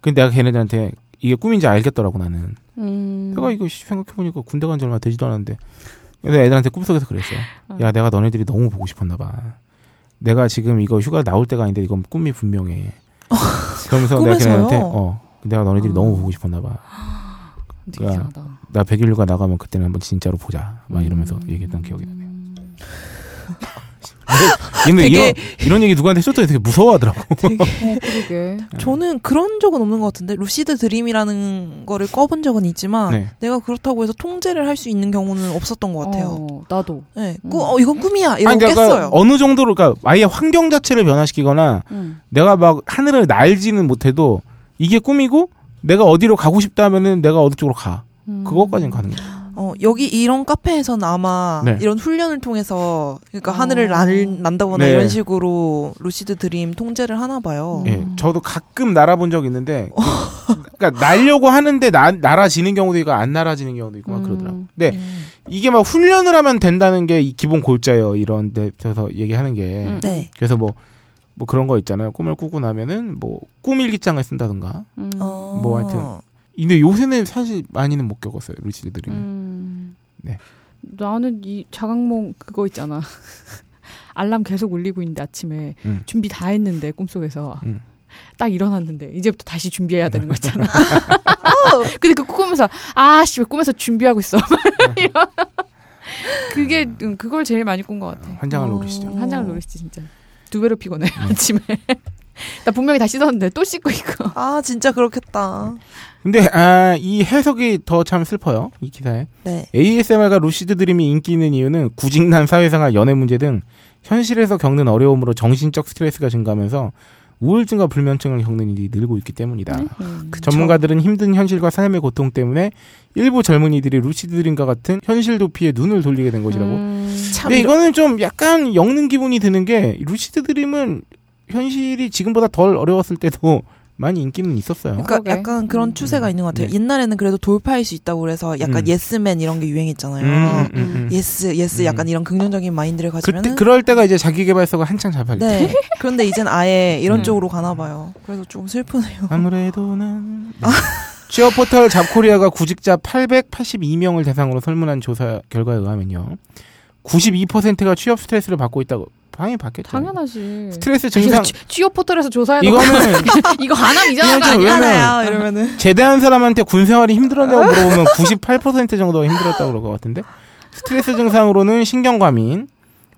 S1: 근데 내가 걔네들한테 이게 꿈인지 알겠더라고 나는.
S3: 음.
S1: 내가 이거 씨, 생각해보니까 군대 간 지 얼마 되지도 않았는데 그래서 애들한테 꿈속에서 그랬어요 야 내가 너네들이 너무 보고 싶었나 봐 내가 지금 이거 휴가 나올 때가 아닌데 이건 꿈이 분명해 그러면서 내가
S2: 꿈에서요?
S1: 걔네한테 어 내가 너네들이
S3: 아.
S1: 너무 보고 싶었나
S3: 되게
S1: 야.
S3: 이상하다.
S1: 봐나 100일 휴가 나가면 그때는 한번 진짜로 보자 막 이러면서 얘기했던 기억이 나요
S3: 음.
S1: 근데
S2: 되게-
S1: 이런, 이런 얘기 누구한테 해줬더니 되게 무서워하더라고
S3: 어, 그러게.
S1: 음.
S2: 저는 그런 적은 없는 것 같은데 루시드 드림이라는 거를 꺼본 적은 있지만
S1: 네.
S2: 내가 그렇다고 해서 통제를 할 수 있는 경우는 없었던 것뭐 같아요.
S3: 어, 나도.
S2: 네,
S3: 음.
S2: 꿈, 어 이건 꿈이야 이러고
S1: 아니 그러니까
S2: 깼어요.
S1: 어느 정도로 그러니까 아예 환경 자체를 변화시키거나
S3: 응.
S1: 내가 막 하늘을 날지는 못해도 이게 꿈이고 내가 어디로 가고 싶다면은 내가 어느 쪽으로 가
S3: 음.
S1: 그것까지는 가는 거예요.
S2: 어, 여기 이런 카페에선 아마
S1: 네.
S2: 이런 훈련을 통해서 그러니까
S3: 어.
S2: 하늘을 날, 난다거나
S1: 네.
S2: 이런 식으로 루시드 드림 통제를 하나 봐요.
S1: 예,
S3: 어.
S1: 저도 가끔 날아본 적 있는데, 그러니까 날려고 하는데 나, 날아지는 경우도 있고 안 날아지는 경우도 있고 막
S3: 음.
S1: 그러더라고. 근데
S2: 음.
S1: 이게 막 훈련을 하면 된다는 게이 기본 골자예요. 이런 데서 얘기하는 게.
S3: 음.
S2: 네.
S1: 그래서 뭐. 뭐 그런 거 있잖아요. 꿈을 꾸고 나면은 뭐 꿈 일기장을 쓴다든가.
S3: 음.
S2: 어.
S1: 뭐 하여튼. 근데 요새는 사실 많이는 못 겪었어요. 루시드 드림.
S3: 음.
S1: 네.
S3: 나는 이 자각몽 그거 있잖아. 알람 계속 울리고 있는데 아침에
S1: 음.
S3: 준비 다 했는데 꿈속에서
S1: 음.
S3: 딱 일어났는데 이제부터 다시 준비해야 되는 거 있잖아. 근데 그 꿈에서 아씨 왜 꿈에서 준비하고 있어?
S1: 음.
S3: 이런. 그게 음, 그걸 제일 많이 꾼 것 같아.
S1: 환장을
S2: 어.
S1: 노리시죠.
S3: 한장을 노리지 진짜 두 배로 피곤해
S1: 음.
S3: 아침에. 나 분명히 다 씻었는데 또 씻고 이거.
S2: 아 진짜 그렇겠다.
S1: 근데 아, 이 해석이 더 참 슬퍼요. 이 기사에.
S2: 네.
S1: ASMR과 루시드 드림이 인기 있는 이유는 구직난 사회생활 연애 문제 등 현실에서 겪는 어려움으로 정신적 스트레스가 증가하면서 우울증과 불면증을 겪는 일이 늘고 있기 때문이다. 그
S3: 음.
S1: 전문가들은 힘든 현실과 삶의 고통 때문에 일부 젊은이들이 루시드 드림과 같은 현실 도피에 눈을 돌리게 된 것이라고.
S3: 음.
S2: 참
S1: 근데 네, 이거는 좀 약간 엮는 기분이 드는 게 루시드 드림은 현실이 지금보다 덜 어려웠을 때도 많이 인기는 있었어요.
S2: 그러니까
S3: 그러게.
S2: 약간 그런
S3: 음.
S2: 추세가 있는 것 같아요.
S1: 네.
S2: 옛날에는 그래도 돌파할 수 있다고 그래서 약간
S1: 음.
S2: 예스맨 이런 게 유행했잖아요. 예스, 예스
S1: 음.
S2: 약간 이런 긍정적인 마인드를 가지면
S1: 그때 그럴 때가 이제 자기 개발서가 한창 잘 팔릴 때.
S2: 네. 그런데 이젠 아예 이런
S1: 음.
S2: 쪽으로 가나 봐요. 그래서 조금 슬프네요.
S1: 아무래도 난 네. 취업 포털 잡코리아가 구직자 882명을 대상으로 설문한 조사 결과에 의하면요. 92%가 취업 스트레스를 받고 있다고 당연히 받겠죠.
S3: 당연하지.
S1: 스트레스 증상
S3: 취- 취업 포털에서 조사해놓고
S1: 이거는
S3: 이거 안 하면 이상한
S1: 이거는
S3: 거 아니야?
S1: 왜냐면
S2: 하나야
S1: 음.
S2: 이러면은
S1: 제대한 사람한테 군 생활이 힘들었냐고 물어보면 98% 정도가 힘들었다고 그럴 것 같은데 스트레스 증상으로는 신경과민,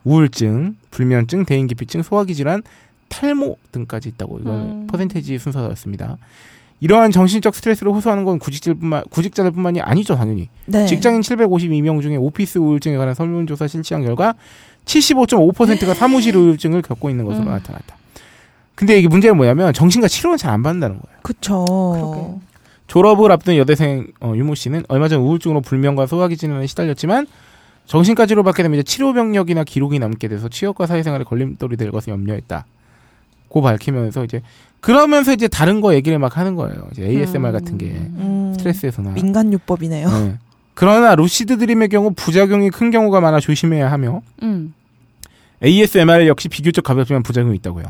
S1: 우울증, 불면증, 대인기피증, 소화기 질환, 탈모 등까지 있다고 이건
S3: 음.
S1: 퍼센테이지 순서였습니다. 이러한 정신적 스트레스를 호소하는 건 구직자뿐만 구직자들뿐만이 아니죠 당연히
S2: 네.
S1: 직장인 752명 중에 오피스 우울증에 관한 설문조사 실시한 결과 75.5%가 사무실 우울증을 겪고 있는 것으로
S3: 음.
S1: 나타났다. 근데 이게 문제는 뭐냐면 정신과 치료는 잘 안 받는다는 거예요.
S2: 그쵸.
S3: 그러게.
S1: 졸업을 앞둔 여대생 어, 유모 씨는 얼마 전 우울증으로 불면과 소화기 질환에 시달렸지만 정신과 치료받게 되면 이제 치료 병력이나 기록이 남게 돼서 취업과 사회생활에 걸림돌이 될 것을 염려했다. 고 밝히면서 이제 그러면서 이제 다른 거 얘기를 막 하는 거예요. 이제 ASMR 같은 게
S3: 음.
S2: 음,
S1: 스트레스에서나
S2: 민간 요법이네요.
S1: 네. 그러나 루시드 드림의 경우 부작용이 큰 경우가 많아 조심해야 하며
S3: 음.
S1: ASMR 역시 비교적 가볍지만 부작용이 있다고요.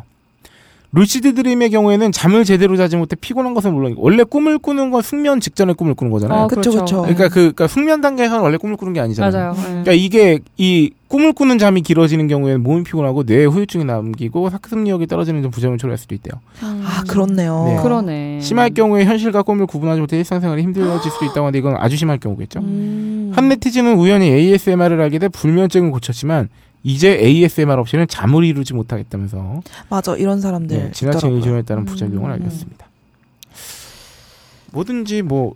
S1: 루시드 드림의 경우에는 잠을 제대로 자지 못해 피곤한 것은 물론 원래 꿈을 꾸는 건 숙면 직전에 꿈을 꾸는 거잖아요.
S3: 어,
S2: 그쵸, 그쵸.
S1: 그러니까 그 그러니까 숙면 단계에서는 원래 꿈을 꾸는 게 아니잖아요.
S3: 맞아요. 예.
S1: 그러니까 이게 이 꿈을 꾸는 잠이 길어지는 경우에는 몸이 피곤하고 뇌에 후유증이 남기고 학습력이 떨어지는 등 부작용을 초래할 수도 있대요.
S3: 음.
S2: 아 그렇네요.
S1: 네.
S3: 그러네.
S1: 심할 경우에 현실과 꿈을 구분하지 못해 일상생활이 힘들어질 수도 있다고 하는데 이건 아주 심할 경우겠죠.
S2: 음.
S1: 한 네티즌은 우연히 ASMR을 하게 돼 불면증을 고쳤지만 이제 ASMR 없이는 잠을 이루지 못하겠다면서
S2: 맞아 이런 사람들
S1: 네, 지나친
S2: 있더라고요. 음,
S1: 의존에 따른 부작용을 알렸습니다. 뭐든지 뭐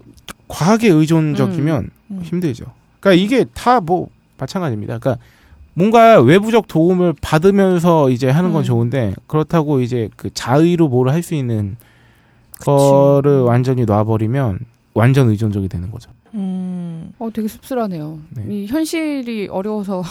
S1: 과하게 의존적이면
S2: 음.
S1: 힘들죠. 그러니까 이게 다 뭐 마찬가지입니다. 그러니까 뭔가 외부적 도움을 받으면서 이제 하는 건
S3: 음.
S1: 좋은데 그렇다고 이제 그 자의로 뭐를 할 수 있는 거를 완전히 놔버리면 완전 의존적이 되는 거죠.
S2: 음.
S3: 어, 되게 씁쓸하네요.
S1: 네.
S3: 이 현실이 어려워서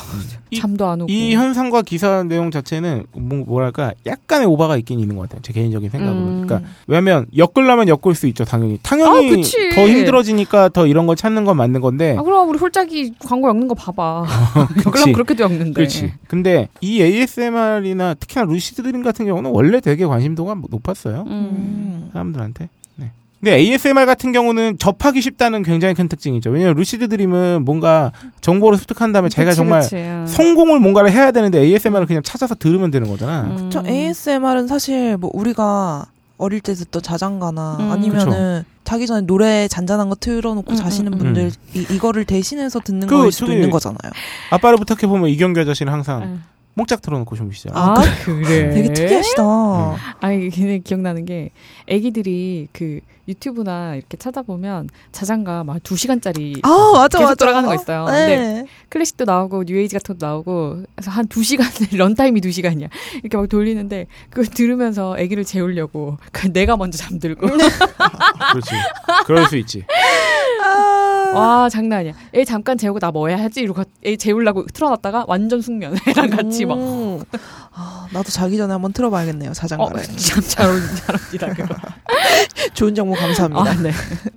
S1: 이-
S3: 잠도 안 오고.
S1: 이 현상과 기사 내용 자체는 뭐, 랄까 약간의 오바가 있긴 있는 것 같아요. 제 개인적인 생각으로.
S3: 음.
S1: 그러니까 왜냐면 엮으려면 엮을 수 있죠, 당연히.
S3: 아,
S1: 당연히
S3: 그치.
S1: 더 힘들어지니까 더 이런 걸 찾는 건 맞는 건데.
S3: 아 그럼 우리 홀짝이 광고 엮는 거 봐봐.
S1: 네. 아, 그치.
S3: 그럼 그렇게도 엮는데.
S1: 근데 이 ASMR이나 특히나 루시드 드림 같은 경우는 원래 되게 관심도가 높았어요.
S3: 음.
S1: 사람들한테. 네. 근데 ASMR 같은 경우는 접하기 쉽다는 굉장히 큰 특징이죠. 왜냐면 루시드 드림은 뭔가 정보를 습득한 다음에 자기가
S3: 그치,
S1: 정말
S3: 그치. 음.
S1: 성공을 뭔가를 해야 되는데 ASMR을 그냥 찾아서 들으면 되는 거잖아.
S3: 음.
S2: 저 ASMR은 사실 뭐 우리가 어릴 때 듣던 자장가나
S3: 음.
S2: 아니면은 자기 전에 노래 잔잔한 거 틀어놓고
S3: 음,
S2: 자시는
S3: 음,
S2: 분들
S1: 음.
S2: 이, 이거를 대신해서 듣는
S1: 그
S2: 거일 수도
S1: 저기-
S2: 있는 거잖아요.
S1: 아빠를 부탁해 보면 이경규 아저씨는 항상
S3: 음.
S1: 목짝 틀어놓고 주무시잖아요.
S3: 아, 그래.
S2: 되게
S1: 네.
S2: 특이하시다.
S1: 음.
S3: 아니 걔네 기억나는 게 아기들이 그 유튜브나 이렇게 찾아보면 자장가 막 두 시간짜리
S2: 아 맞아
S3: 계속
S2: 맞아.
S3: 돌아가는 거 있어요.
S2: 네.
S3: 클래식도 나오고 뉴에이지 같은 것도 나오고 그래서 한 두 시간 런타임이 두 시간이야. 이렇게 막 돌리는데 그걸 들으면서 아기를 재우려고 그 내가 먼저 잠들고
S1: 그렇지. 그럴 수 있지.
S2: 아.
S3: 와 장난 아니야. 애 잠깐 재우고 나 뭐야 하지 이러고 애 재우려고 틀어놨다가 완전 숙면 애랑 같이 막
S2: 음. 아, 나도 자기 전에 한번 틀어봐야겠네요
S3: 어,
S2: 자장가를.
S3: 참잘 어울린 사람이다. 그거.
S2: 좋은 정보 감사합니다.
S3: 아, 네.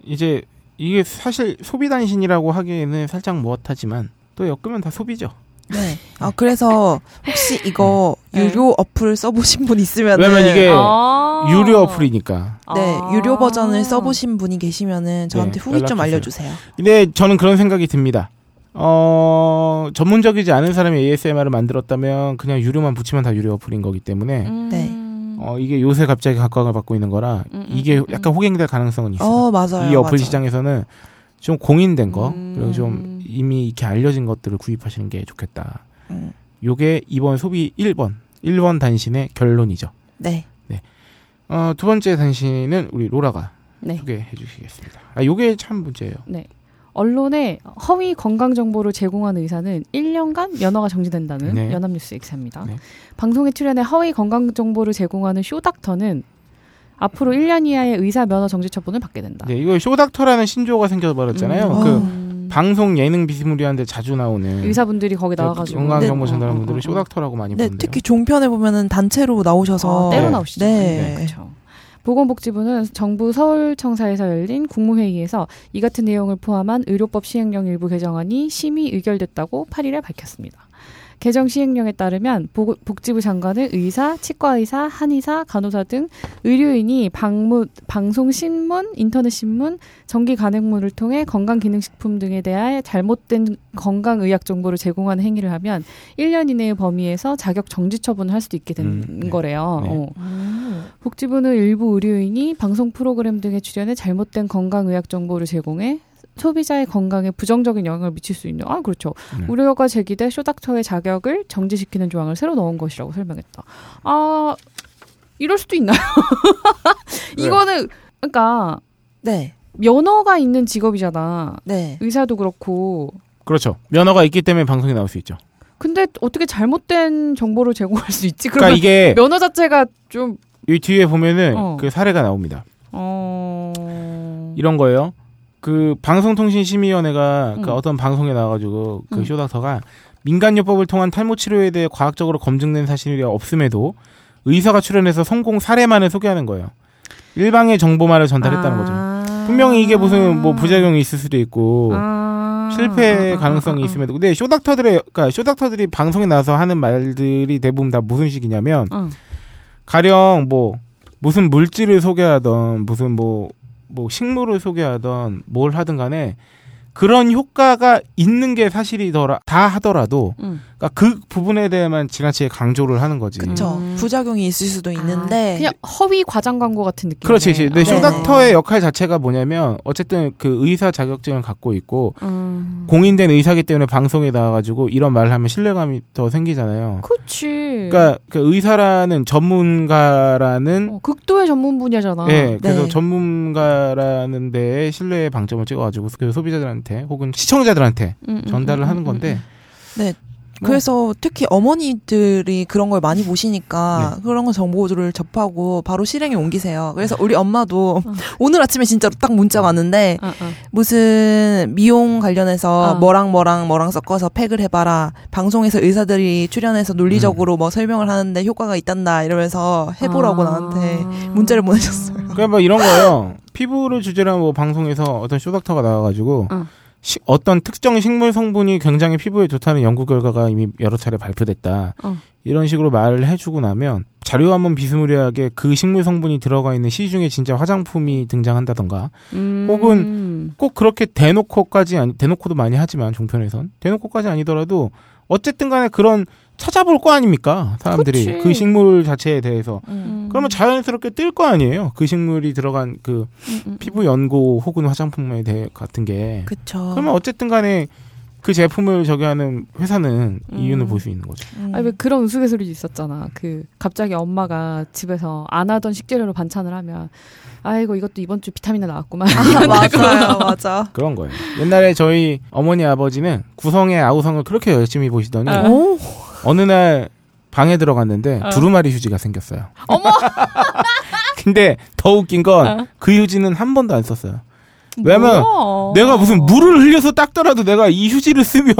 S1: 이제 이게 사실 소비 단신이라고 하기에는 살짝 무엇하지만 또 엮으면 다 소비죠.
S2: 네. 아 그래서 혹시 이거
S3: 네.
S2: 유료 어플 써보신 분 있으면
S1: 왜냐면 이게
S3: 아.
S1: 네. 유료 어플이니까.
S2: 네
S3: 아.
S2: 유료 버전을 써보신 분이 계시면은
S1: 네,
S2: 저한테 후기 좀
S1: 연락주세요.
S2: 알려주세요.
S1: 근데 저는 그런 생각이 듭니다. 어, 전문적이지 않은 사람이 ASMR을 만들었다면 그냥 유료만 붙이면 다 유료 어플인 거기 때문에
S3: 음.
S2: 네.
S1: 어, 이게 요새 갑자기 각광을 받고 있는 거라
S3: 음, 음,
S1: 이게
S3: 음, 음.
S1: 약간 호갱될 가능성은 있어요.
S2: 어 맞아요.
S1: 이 어플
S2: 맞아요.
S1: 시장에서는 좀 공인된 거
S3: 음.
S1: 그리고 좀 이미 이렇게 알려진 것들을 구입하시는 게 좋겠다.
S2: 음.
S1: 요게 이번 소비 1번 1번 단신의 결론이죠.
S2: 네.
S1: 어, 두 번째 단신은 우리 로라가
S3: 네.
S1: 소개해 주시겠습니다. 아, 요게 참 문제예요.
S3: 언론에 허위 건강 정보를 제공한 의사는 1년간 면허가 정지된다는
S1: 네.
S3: 연합뉴스 기사입니다.
S1: 네.
S3: 방송에 출연해 허위 건강 정보를 제공하는 쇼닥터는 앞으로 1년 이하의 의사 면허 정지 처분을 받게 된다.
S1: 네, 이거 쇼닥터라는 신조어가 생겨버렸잖아요.
S3: 아. 음.
S1: 그
S3: 음.
S1: 방송 예능 비스무리한데 자주 나오는
S3: 의사분들이 거기
S1: 그
S3: 나와가지고
S1: 건강 정보
S3: 네.
S1: 전달하는
S3: 어,
S1: 분들을
S3: 어, 어.
S1: 쇼닥터라고 많이
S2: 네
S1: 부른대요.
S2: 특히 종편에 보면은 단체로 나오셔서
S3: 아, 때로
S1: 네.
S3: 나오시죠.
S2: 네.
S3: 그렇죠. 보건복지부는 정부 서울청사에서 열린 국무회의에서 이 같은 내용을 포함한 의료법 시행령 일부 개정안이 심의 의결됐다고 8일에 밝혔습니다. 개정 시행령에 따르면 보- 복지부 장관은 의사, 치과의사, 한의사, 간호사 등 의료인이 방문, 방송, 신문, 인터넷 신문, 정기 간행물을 통해 건강기능식품 등에 대해 잘못된 건강의학 정보를 제공하는 행위를 하면 1년 이내의 범위에서 자격 정지 처분을 할 수도 있게 되는
S1: 음, 네.
S3: 거래요.
S1: 네.
S3: 어. 복지부는 일부 의료인이 방송 프로그램 등에 출연해 잘못된 건강의학 정보를 제공해 소비자의 건강에 부정적인 영향을 미칠 수 있는 아 그렇죠
S1: 네.
S3: 우려가 제기돼 쇼닥터의 자격을 정지시키는 조항을 새로 넣은 것이라고 설명했다 아 이럴 수도 있나요
S1: 네.
S3: 이거는 그러니까
S2: 네.
S3: 면허가 있는 직업이잖아
S2: 네.
S3: 의사도 그렇고
S1: 그렇죠. 면허가 있기 때문에 방송에 나올 수 있죠.
S3: 근데 어떻게 잘못된 정보를 제공할 수 있지
S1: 그러니까
S3: 그러면
S1: 이게
S3: 면허 자체가 좀
S1: 이 뒤에 보면은
S3: 어.
S1: 그 사례가 나옵니다.
S3: 어...
S1: 이런 거예요. 그 방송통신심의위원회가 그
S3: 음.
S1: 어떤 방송에 나와가지고 그
S3: 음.
S1: 쇼닥터가 민간요법을 통한 탈모 치료에 대해 과학적으로 검증된 사실이 없음에도 의사가 출연해서 성공 사례만을 소개하는 거예요.
S3: 아.
S1: 일방의 정보만을 전달했다는 거죠. 분명히 이게 무슨 뭐 부작용이 있을 수도 있고
S3: 아...
S1: 실패 가능성이
S3: 아, 아, 아.
S1: 있음에도 근데 쇼닥터들의 그러니까 쇼닥터들이 방송에 나와서 하는 말들이 대부분 다 무슨 식이냐면
S3: 응.
S1: 가령 뭐 무슨 물질을 소개하던 무슨 뭐 뭐 식물을 소개하던 뭘 하든 간에 그런 효과가 있는 게 사실이더라 다 하더라도
S3: 응.
S1: 그러니까 그 부분에 대해만 지나치게 강조를 하는 거지.
S3: 그쵸.
S2: 그렇죠.
S3: 음.
S2: 부작용이 있을 수도 있는데
S3: 아, 그냥 허위 과장 광고 같은 느낌.
S1: 그렇지. 그렇지. 근데
S2: 네.
S1: 쇼닥터의 역할 자체가 뭐냐면 어쨌든 그 의사 자격증을 갖고 있고
S3: 음.
S1: 공인된 의사기 때문에 방송에 나와가지고 이런 말을 하면 신뢰감이 더 생기잖아요.
S3: 그렇지.
S1: 그러니까 그 의사라는 전문가라는
S3: 어, 극도의 전문 분야잖아.
S1: 예, 그래서
S2: 네.
S1: 전문가라는 데에 신뢰의 방점을 찍어가지고 그 소비자들한테 혹은 시청자들한테
S3: 음, 음,
S1: 전달을
S3: 음,
S1: 하는
S3: 음,
S1: 건데
S3: 음. 뭐
S2: 그래서 특히 어머니들이 그런 걸 많이 보시니까
S1: 네.
S2: 그런 거 정보들을 접하고 바로 실행에 옮기세요. 그래서 우리 엄마도
S3: 어.
S2: 오늘 아침에 진짜로 딱 문자 왔는데
S3: 아, 아.
S2: 무슨 미용 관련해서
S3: 아.
S2: 뭐랑 뭐랑 뭐랑 섞어서 팩을 해봐라. 방송에서 의사들이 출연해서 논리적으로
S1: 음.
S2: 뭐 설명을 하는데 효과가 있단다 이러면서 해보라고
S3: 아. 음.
S2: 나한테 문자를 보내셨어요.
S1: 그러니까 뭐 이런 거예요. 피부를 주제로 한뭐 방송에서 어떤 쇼닥터가 나와가지고
S3: 어.
S1: 시- 어떤 특정 식물 성분이 굉장히 피부에 좋다는 연구 결과가 이미 여러 차례 발표됐다.
S3: 어.
S1: 이런 식으로 말을 해주고 나면 자료 한번 비스무리하게 그 식물 성분이 들어가 있는 시중에 진짜 화장품이 등장한다던가
S3: 음.
S1: 혹은- 꼭 그렇게 대놓고까지 아니 대놓고도 많이 하지만 종편에선 대놓고까지 아니더라도 어쨌든 간에 그런 찾아볼 거 아닙니까 사람들이
S3: 그치.
S1: 그 식물 자체에 대해서
S2: 음.
S3: 음.
S1: 그러면 자연스럽게 뜰 거 아니에요 그 식물이 들어간 그
S3: 음, 음.
S1: 피부 연고 혹은 화장품에 대해 같은 게
S2: 그쵸.
S1: 그러면 어쨌든 간에 그 제품을 저기 하는 회사는
S3: 음.
S1: 이윤을 볼 수 있는 거죠
S2: 음.
S3: 아니 왜 그런 우스갯소리도 있었잖아. 그 갑자기 엄마가 집에서 안 하던 식재료로 반찬을 하면 아이고 이것도 이번 주 비타민에 나왔구만.
S2: 아, 맞아요, 맞아.
S1: 그런 거예요 옛날에 저희 어머니 아버지는 구성의 아우성을 그렇게 열심히 보시더니
S3: 아.
S2: 오,
S1: 어느 날 방에 들어갔는데
S3: 어.
S1: 두루마리 휴지가 생겼어요.
S3: 어머!
S1: 근데 더 웃긴 건 그
S3: 어.
S1: 휴지는 한 번도 안 썼어요. 왜냐면
S3: 뭐야?
S1: 내가 무슨 물을 흘려서 닦더라도 내가 이 휴지를 쓰면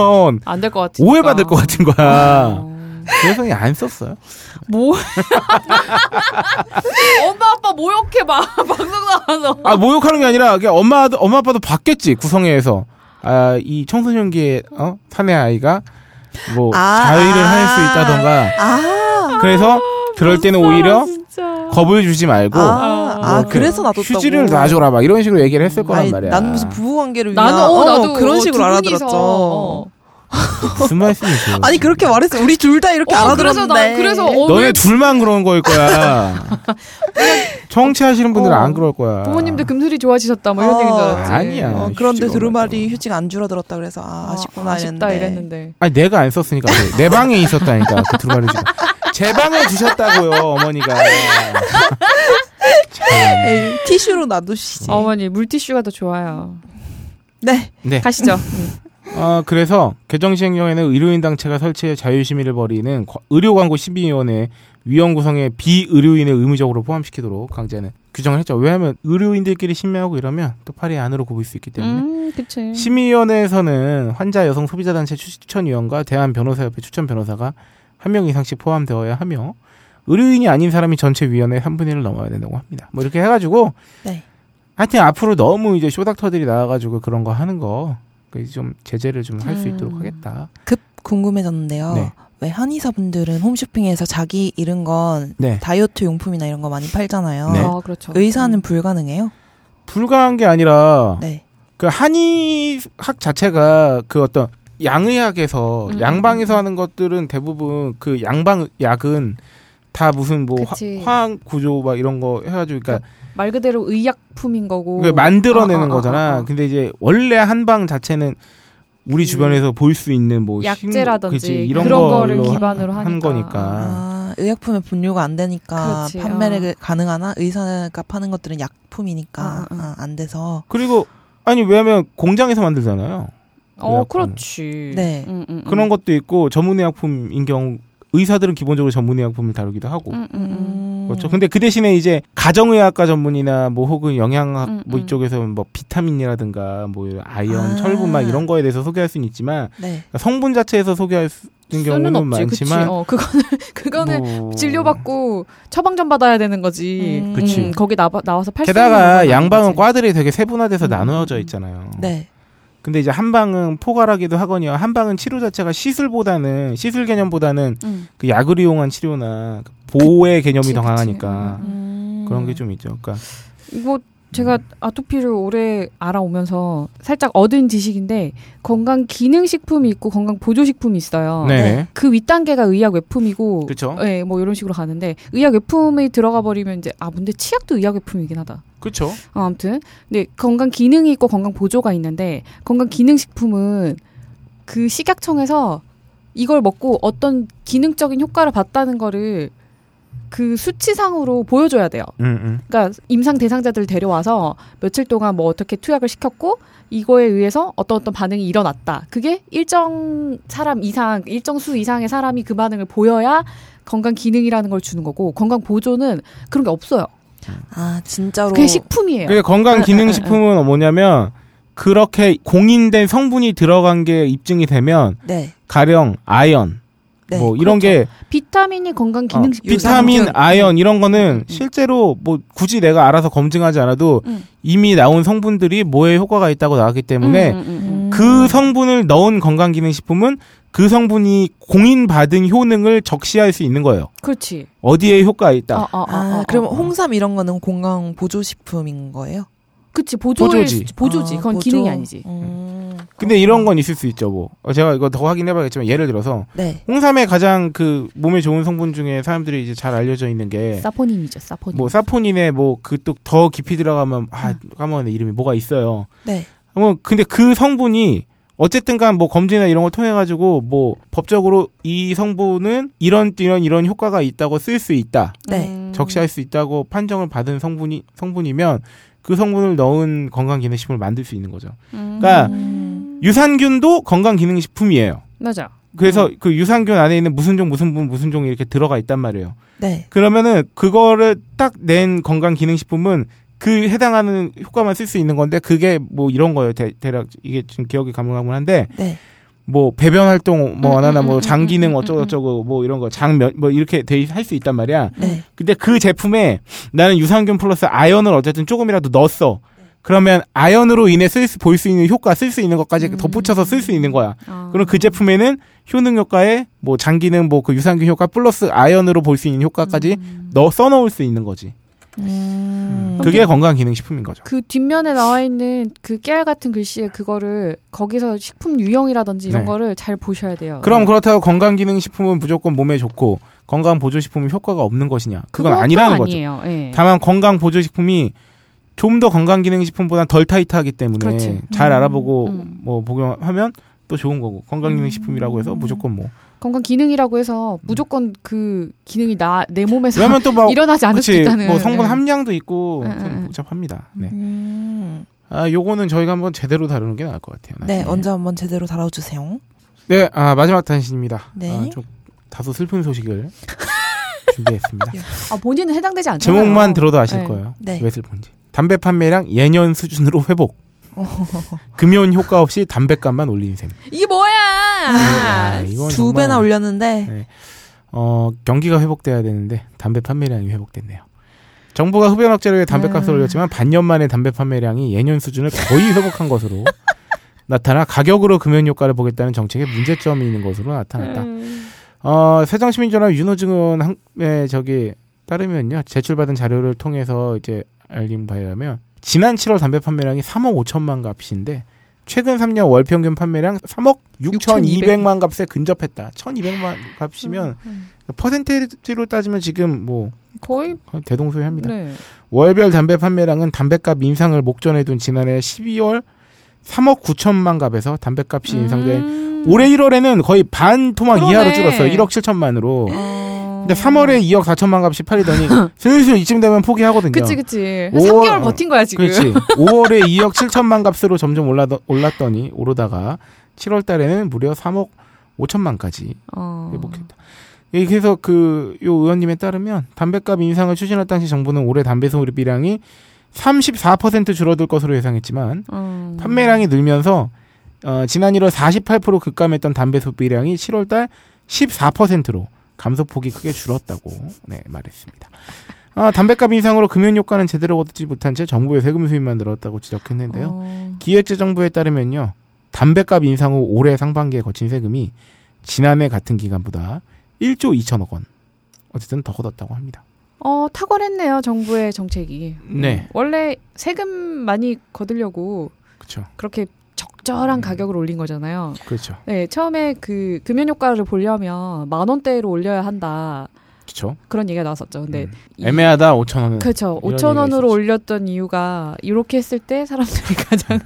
S3: 안될 것 같아.
S1: 오해받을 것 같은 거야.
S3: 어.
S1: 그래서 그냥 안 썼어요.
S3: 뭐? 엄마 아빠 모욕해 봐. 방송 나와서.
S1: 아 모욕하는 게 아니라 그냥 엄마 엄마 아빠도 봤겠지 구성회에서 아 이 청소년기에 어 사내 아이가 뭐
S2: 아,
S1: 자위를
S2: 아.
S1: 할 수 있다던가
S2: 아,
S1: 그래서 그럴 때는 오히려
S3: 아, 진짜.
S1: 겁을 주지 말고
S2: 아,
S3: 뭐
S2: 아
S1: 이렇게
S2: 그래서 놔뒀다고.
S1: 어, 휴지를 놔줘라 막 이런 식으로 얘기를 했을 거란
S2: 아니,
S1: 말이야.
S2: 나는 무슨 부부 관계를 위한
S3: 나는 어,
S2: 어,
S3: 나도
S2: 그런
S3: 어,
S2: 식으로
S3: 두
S2: 알아들었죠.
S3: 분이서, 어.
S1: 무슨 말씀이세요?
S2: 아니 그렇게 말했어. 우리 둘 다 이렇게
S3: 어,
S2: 알아들었는데.
S3: 그래서 나 그래서 어,
S1: 너네
S3: 왜
S1: 둘만 그런 거일 거야. 청취하시는 분들은
S3: 어.
S1: 안 그럴 거야.
S3: 부모님들 금슬이 좋아지셨다 뭐 이런
S2: 어.
S3: 얘기인 줄 알았지.
S1: 아니야.
S2: 어,
S1: 휴지가
S2: 그런데
S1: 없나
S2: 두루마리 휴지가 안 줄어들었다 그래서 아,
S3: 아,
S2: 아쉽구나
S3: 아쉽다
S2: 이랬는데.
S3: 이랬는데.
S1: 아니 내가 안 썼으니까 그래. 내 방에 있었다니까 그 두루마리 주가. 제 방에 주셨다고요 어머니가. 참.
S2: 네. 에이, 티슈로 놔두시지.
S3: 어머니 물티슈가 더 좋아요.
S2: 네.
S1: 네.
S3: 가시죠.
S1: 아 그래서 개정 시행령에는 의료인 당체가 설치해 자유심의를 벌이는 과- 의료광고 심의위원회 위원 구성에 비의료인을 의무적으로 포함시키도록 강제는 규정을 했죠. 왜냐하면 의료인들끼리 심의하고 이러면 또 팔이 안으로 굽을 수 있기 때문에.
S3: 음, 그치.
S1: 심의위원회에서는 환자 여성 소비자 단체 추천위원과 대한 변호사협회 추천 변호사가 한 명 이상씩 포함되어야 하며 의료인이 아닌 사람이 전체 위원회 3분의 1을 넘어야 된다고 합니다. 뭐 이렇게 해가지고
S2: 네.
S1: 하여튼 앞으로 너무 이제 쇼닥터들이 나와가지고 그런 거 하는 거 좀 제재를 좀 할 수 있도록
S3: 음.
S1: 하겠다.
S2: 급 궁금해졌는데요.
S1: 네.
S2: 왜 한의사분들은 홈쇼핑에서 자기 잃은 건
S1: 네.
S2: 다이어트 용품이나 이런 거 많이 팔잖아요.
S1: 네.
S3: 아, 그렇죠.
S2: 의사는 불가능해요?
S1: 불가한 게 아니라
S2: 네.
S1: 그 한의학 자체가 그 어떤 양의학에서
S3: 음.
S1: 양방에서 하는 것들은 대부분 그 양방 약은 다 무슨 뭐 화,
S3: 그치.
S1: 화학 구조 막 이런 거 해가지고 그러니까
S3: 말 그대로 의약품인 거고.
S1: 그게 만들어내는
S3: 아, 아, 아,
S1: 거잖아. 그
S3: 아, 아.
S1: 근데 이제 원래 한방 자체는 우리
S3: 음.
S1: 주변에서 볼 수 있는 뭐
S3: 약재라든지
S1: 식- 그치, 이런
S3: 그런
S1: 걸로
S3: 거를 기반으로
S1: 한
S3: 하니까.
S1: 거니까.
S2: 아, 의약품에 분류가 안 되니까
S3: 그렇지,
S2: 판매를 가능하나 의사가 파는 것들은 약품이니까
S3: 아, 아, 아.
S2: 아, 안 돼서
S1: 그리고 아니 왜냐면 공장에서 만들잖아요.
S3: 어,
S1: 의약품.
S3: 그렇지.
S2: 네.
S3: 음, 음, 음.
S1: 그런 것도 있고 전문의약품인 경우 의사들은 기본적으로 전문의약품을 다루기도 하고
S3: 음, 음, 음.
S1: 그렇죠. 근데 그 대신에 이제 가정의학과 전문이나 뭐 혹은 영양학
S3: 음,
S1: 뭐
S3: 음.
S1: 이쪽에서 뭐 비타민이라든가 뭐 이런 아연,
S2: 아.
S1: 철분 막 이런 거에 대해서 소개할 수는 있지만 그러니까
S2: 네.
S1: 성분 자체에서 소개할 수 있는 경우는
S3: 수는 없지.
S1: 많지만
S3: 그치. 어, 그거는 그거는
S1: 뭐-
S3: 진료받고 처방전 받아야 되는 거지.
S2: 음.
S1: 그치.
S3: 거기 나, 나와서 팔. 수 있는 건
S1: 게다가
S3: 아닌
S1: 양방은
S3: 거지.
S1: 과들이 되게 세분화돼서
S3: 음,
S1: 나누어져
S3: 음.
S1: 있잖아요.
S2: 네.
S1: 근데 이제 한 방은 포괄하기도 하거니와 한 방은 치료 자체가 시술보다는 시술 개념보다는 그 약을 이용한 치료나 그 보호의 개념이
S2: 그치,
S1: 더
S2: 그치.
S1: 강하니까
S2: 음.
S1: 그런 게 좀 있죠. 그러니까
S3: 이거 제가 아토피를 오래 알아오면서 살짝 얻은 지식인데 건강 기능 식품이 있고 건강 보조 식품이 있어요.
S1: 네.
S3: 그 윗단계가 의약 외품이고
S1: 그렇죠.
S3: 네, 뭐 이런 식으로 가는데 의약 외품이 들어가 버리면 이제 아 근데 치약도 의약 외품이긴 하다.
S1: 그렇죠.
S3: 어, 아무튼 근데 건강 기능이 있고 건강 보조가 있는데 건강 기능 식품은 그 식약청에서 이걸 먹고 어떤 기능적인 효과를 봤다는 거를 그 수치상으로 보여줘야 돼요.
S1: 음, 음.
S3: 그러니까 임상 대상자들 데려와서 며칠 동안 뭐 어떻게 투약을 시켰고 이거에 의해서 어떤 어떤 반응이 일어났다. 그게 일정 사람 이상, 일정 수 이상의 사람이 그 반응을 보여야 건강 기능이라는 걸 주는 거고 건강 보조는 그런 게 없어요.
S2: 아 진짜로
S3: 그게 식품이에요.
S1: 어. 그게 건강 기능 식품은 뭐냐면 그렇게 공인된 성분이 들어간 게 입증이 되면
S2: 네.
S1: 가령 아연
S2: 네.
S1: 뭐 이런
S3: 그렇죠.
S1: 게
S3: 비타민이 건강 기능 식품.
S1: 아, 비타민,
S2: 유산균.
S1: 아연 이런 거는
S3: 음, 음.
S1: 실제로 뭐 굳이 내가 알아서 검증하지 않아도
S3: 음.
S1: 이미 나온 성분들이 뭐에 효과가 있다고 나왔기 때문에
S3: 음, 음, 음, 음.
S2: 음.
S1: 그 성분을 넣은 건강기능식품은 그 성분이 공인받은 효능을 적시할 수 있는 거예요.
S3: 그렇지.
S1: 어디에 효과가 있다.
S3: 아, 아,
S2: 아, 그럼 홍삼 이런 거는 건강 보조 식품인 거예요?
S3: 그치 보조의
S1: 보조지.
S3: 수- 보조지.
S2: 아,
S3: 그건
S2: 보조.
S3: 기능이 아니지.
S2: 음,
S1: 근데 이런 건 있을 수 있죠. 뭐 어, 제가 이거 더 확인해봐야겠지만 예를 들어서
S2: 네.
S1: 홍삼의 가장 그 몸에 좋은 성분 중에 사람들이 이제 잘 알려져 있는 게 뭐
S3: 사포닌이죠. 사포닌. 음.
S1: 사포닌에 뭐 그 또 더 깊이 들어가면 아 까먹었네 이름이 뭐가 있어요.
S2: 네.
S1: 뭐 근데 그 성분이 어쨌든간 뭐 검진이나 이런 걸 통해 가지고 뭐 법적으로 이 성분은 이런 이런 이런 효과가 있다고 쓸 수 있다
S2: 네.
S3: 음.
S1: 적시할 수 있다고 판정을 받은 성분이 성분이면 그 성분을 넣은 건강기능식품을 만들 수 있는 거죠. 그러니까
S3: 음.
S1: 유산균도 건강기능식품이에요.
S3: 맞아.
S1: 그래서
S3: 음.
S1: 그 유산균 안에 있는 무슨 종 무슨 분 무슨 종이 이렇게 들어가 있단 말이에요.
S2: 네.
S1: 그러면은 그거를 딱 낸 건강기능식품은 그 해당하는 효과만 쓸 수 있는 건데 그게 뭐 이런 거예요. 대, 략 이게 지금 기억이 가물가물한데
S2: 네.
S1: 뭐 배변 활동 뭐
S3: 음,
S1: 하나
S3: 음, 음,
S1: 뭐
S3: 음,
S1: 장기능
S3: 음, 음,
S1: 어쩌고 저쩌고 뭐 이런 거 장면 뭐 이렇게 돼 할 수 있단 말이야.
S2: 네.
S1: 근데 그 제품에 나는 유산균 플러스 아연을 어쨌든 조금이라도 넣었어. 그러면 아연으로 인해 쓸 수, 볼 수 있는 효과, 쓸 수 있는 것까지
S3: 음.
S1: 덧붙여서 쓸 수 있는 거야.
S3: 아.
S1: 그럼 그 제품에는 효능 효과에 뭐 장기능 뭐 그 유산균 효과 플러스 아연으로 볼 수 있는 효과까지
S3: 음.
S1: 넣어 써놓을 수 있는 거지.
S2: 음.
S1: 그게 건강 기능 식품인 거죠.
S3: 그 뒷면에 나와 있는 그 깨알 같은 글씨에 그거를 거기서 식품 유형이라든지 이런
S1: 네.
S3: 거를 잘 보셔야 돼요. 네.
S1: 그럼 그렇다고 건강 기능 식품은 무조건 몸에 좋고 건강 보조 식품은 효과가 없는 것이냐? 그건
S3: 그것도
S1: 아니라는 거죠.
S3: 아니에요. 예.
S1: 다만 건강 보조 식품이 좀 더 건강 기능 식품보다 덜 타이트하기 때문에
S3: 그렇지.
S1: 잘
S2: 음,
S1: 알아보고
S3: 음.
S1: 뭐 복용하면 또 좋은 거고 건강 기능 식품이라고 해서 무조건 뭐
S3: 건강 기능이라고 해서 무조건 그 기능이 나 내 몸에서
S1: 왜냐면 또막
S3: 일어나지 않을 수
S1: 그렇지
S3: 있다는. 음,
S1: 뭐 성분
S3: 예.
S1: 함량도 있고
S3: 응, 응,
S1: 좀
S3: 응.
S1: 복잡합니다. 네.
S2: 음.
S1: 아, 요거는 저희가 한번 제대로 다루는 게 나을 것 같아요.
S2: 네,
S1: 나중에.
S2: 언제 한번 제대로 다뤄주세요.
S1: 네, 아, 마지막 단신입니다.
S2: 네.
S1: 아, 좀 다소 슬픈 소식을 준비했습니다.
S3: 아 본인은 해당되지 않잖아요.
S1: 제목만 들어도 아실
S3: 네.
S1: 거예요.
S2: 예. 네.
S1: 왜 슬픈지. 담배 판매량 예년 수준으로 회복. 금연 효과 없이 담배값만 올린 셈.
S3: 이게 뭐야?
S1: 아, 이건
S2: 두
S1: 정말,
S2: 배나 올렸는데
S1: 네. 어, 경기가 회복돼야 되는데 담배 판매량이 회복됐네요. 정부가 흡연 억제로 위해 담배값을
S3: 음.
S1: 올렸지만 반년 만에 담배 판매량이 예년 수준을 거의 회복한 것으로 나타나 가격으로 금연 효과를 보겠다는 정책에 문제점이 있는 것으로 나타났다.
S3: 음.
S1: 어, 세정시민전화 윤호증은에 네, 저기 따르면요 제출받은 자료를 통해서 이제 알린 바에 의하면 지난 7월 담배 판매량이 3억 5천만 값인데 최근 3년 월 평균 판매량 3억 6,200만 값에 근접했다. 1,200만 값이면
S3: 음.
S1: 퍼센테이지로 따지면 지금 뭐
S3: 거의
S1: 거의 대동소이합니다.
S3: 네.
S1: 월별 담배 판매량은 담배값 인상을 목전에 둔 지난해 12월 3억 9천만 값에서 담배값이 인상된
S3: 음.
S1: 올해 1월에는 거의 반 토막
S3: 그러네.
S1: 이하로 줄었어요. 1억 7천만으로.
S3: 어.
S1: 근데 3월에 2억 4천만 값이 팔리더니 슬슬 이쯤 되면 포기하거든요.
S3: 그치 그치.
S1: 오.
S3: 3개월 버틴 거야 지금.
S1: 그렇지. 5월에 2억 7천만 값으로 점점 올라 올랐더니 오르다가 7월 달에는 무려 3억 5천만까지
S3: 어.
S1: 회복했다. 예, 그래서 그 요 의원님에 따르면 담배값 인상을 추진할 당시 정부는 올해 담배 소비량이 34% 줄어들 것으로 예상했지만
S3: 음.
S1: 판매량이 늘면서 어, 지난 1월 48% 급감했던 담배 소비량이 7월달 14%로 감소폭이 크게 줄었다고 네, 말했습니다. 아, 담배값 인상으로 금연 효과는 제대로 얻지 못한 채 정부의 세금 수입만 늘었다고 지적했는데요.
S3: 어.
S1: 기획재정부에 따르면요. 담배값 인상 후 올해 상반기에 거친 세금이 지난해 같은 기간보다 1조 2천억 원 어쨌든 더 걷었다고 합니다.
S3: 어, 탁월했네요, 정부의 정책이.
S1: 네.
S3: 원래 세금 많이 거두려고
S1: 그렇죠.
S3: 그렇게 적절한
S1: 음.
S3: 가격을 올린 거잖아요.
S1: 그렇죠.
S3: 네, 처음에 그 금연 효과를 보려면 만 원대로 올려야 한다.
S1: 그렇죠.
S3: 그런 얘기가 나왔었죠. 근데
S1: 음. 애매하다 5천 원은
S3: 그렇죠.
S1: 네. 이런
S3: 5천
S1: 얘기가
S3: 원으로
S1: 있었죠.
S3: 올렸던 이유가 이렇게 했을 때 사람들이 가장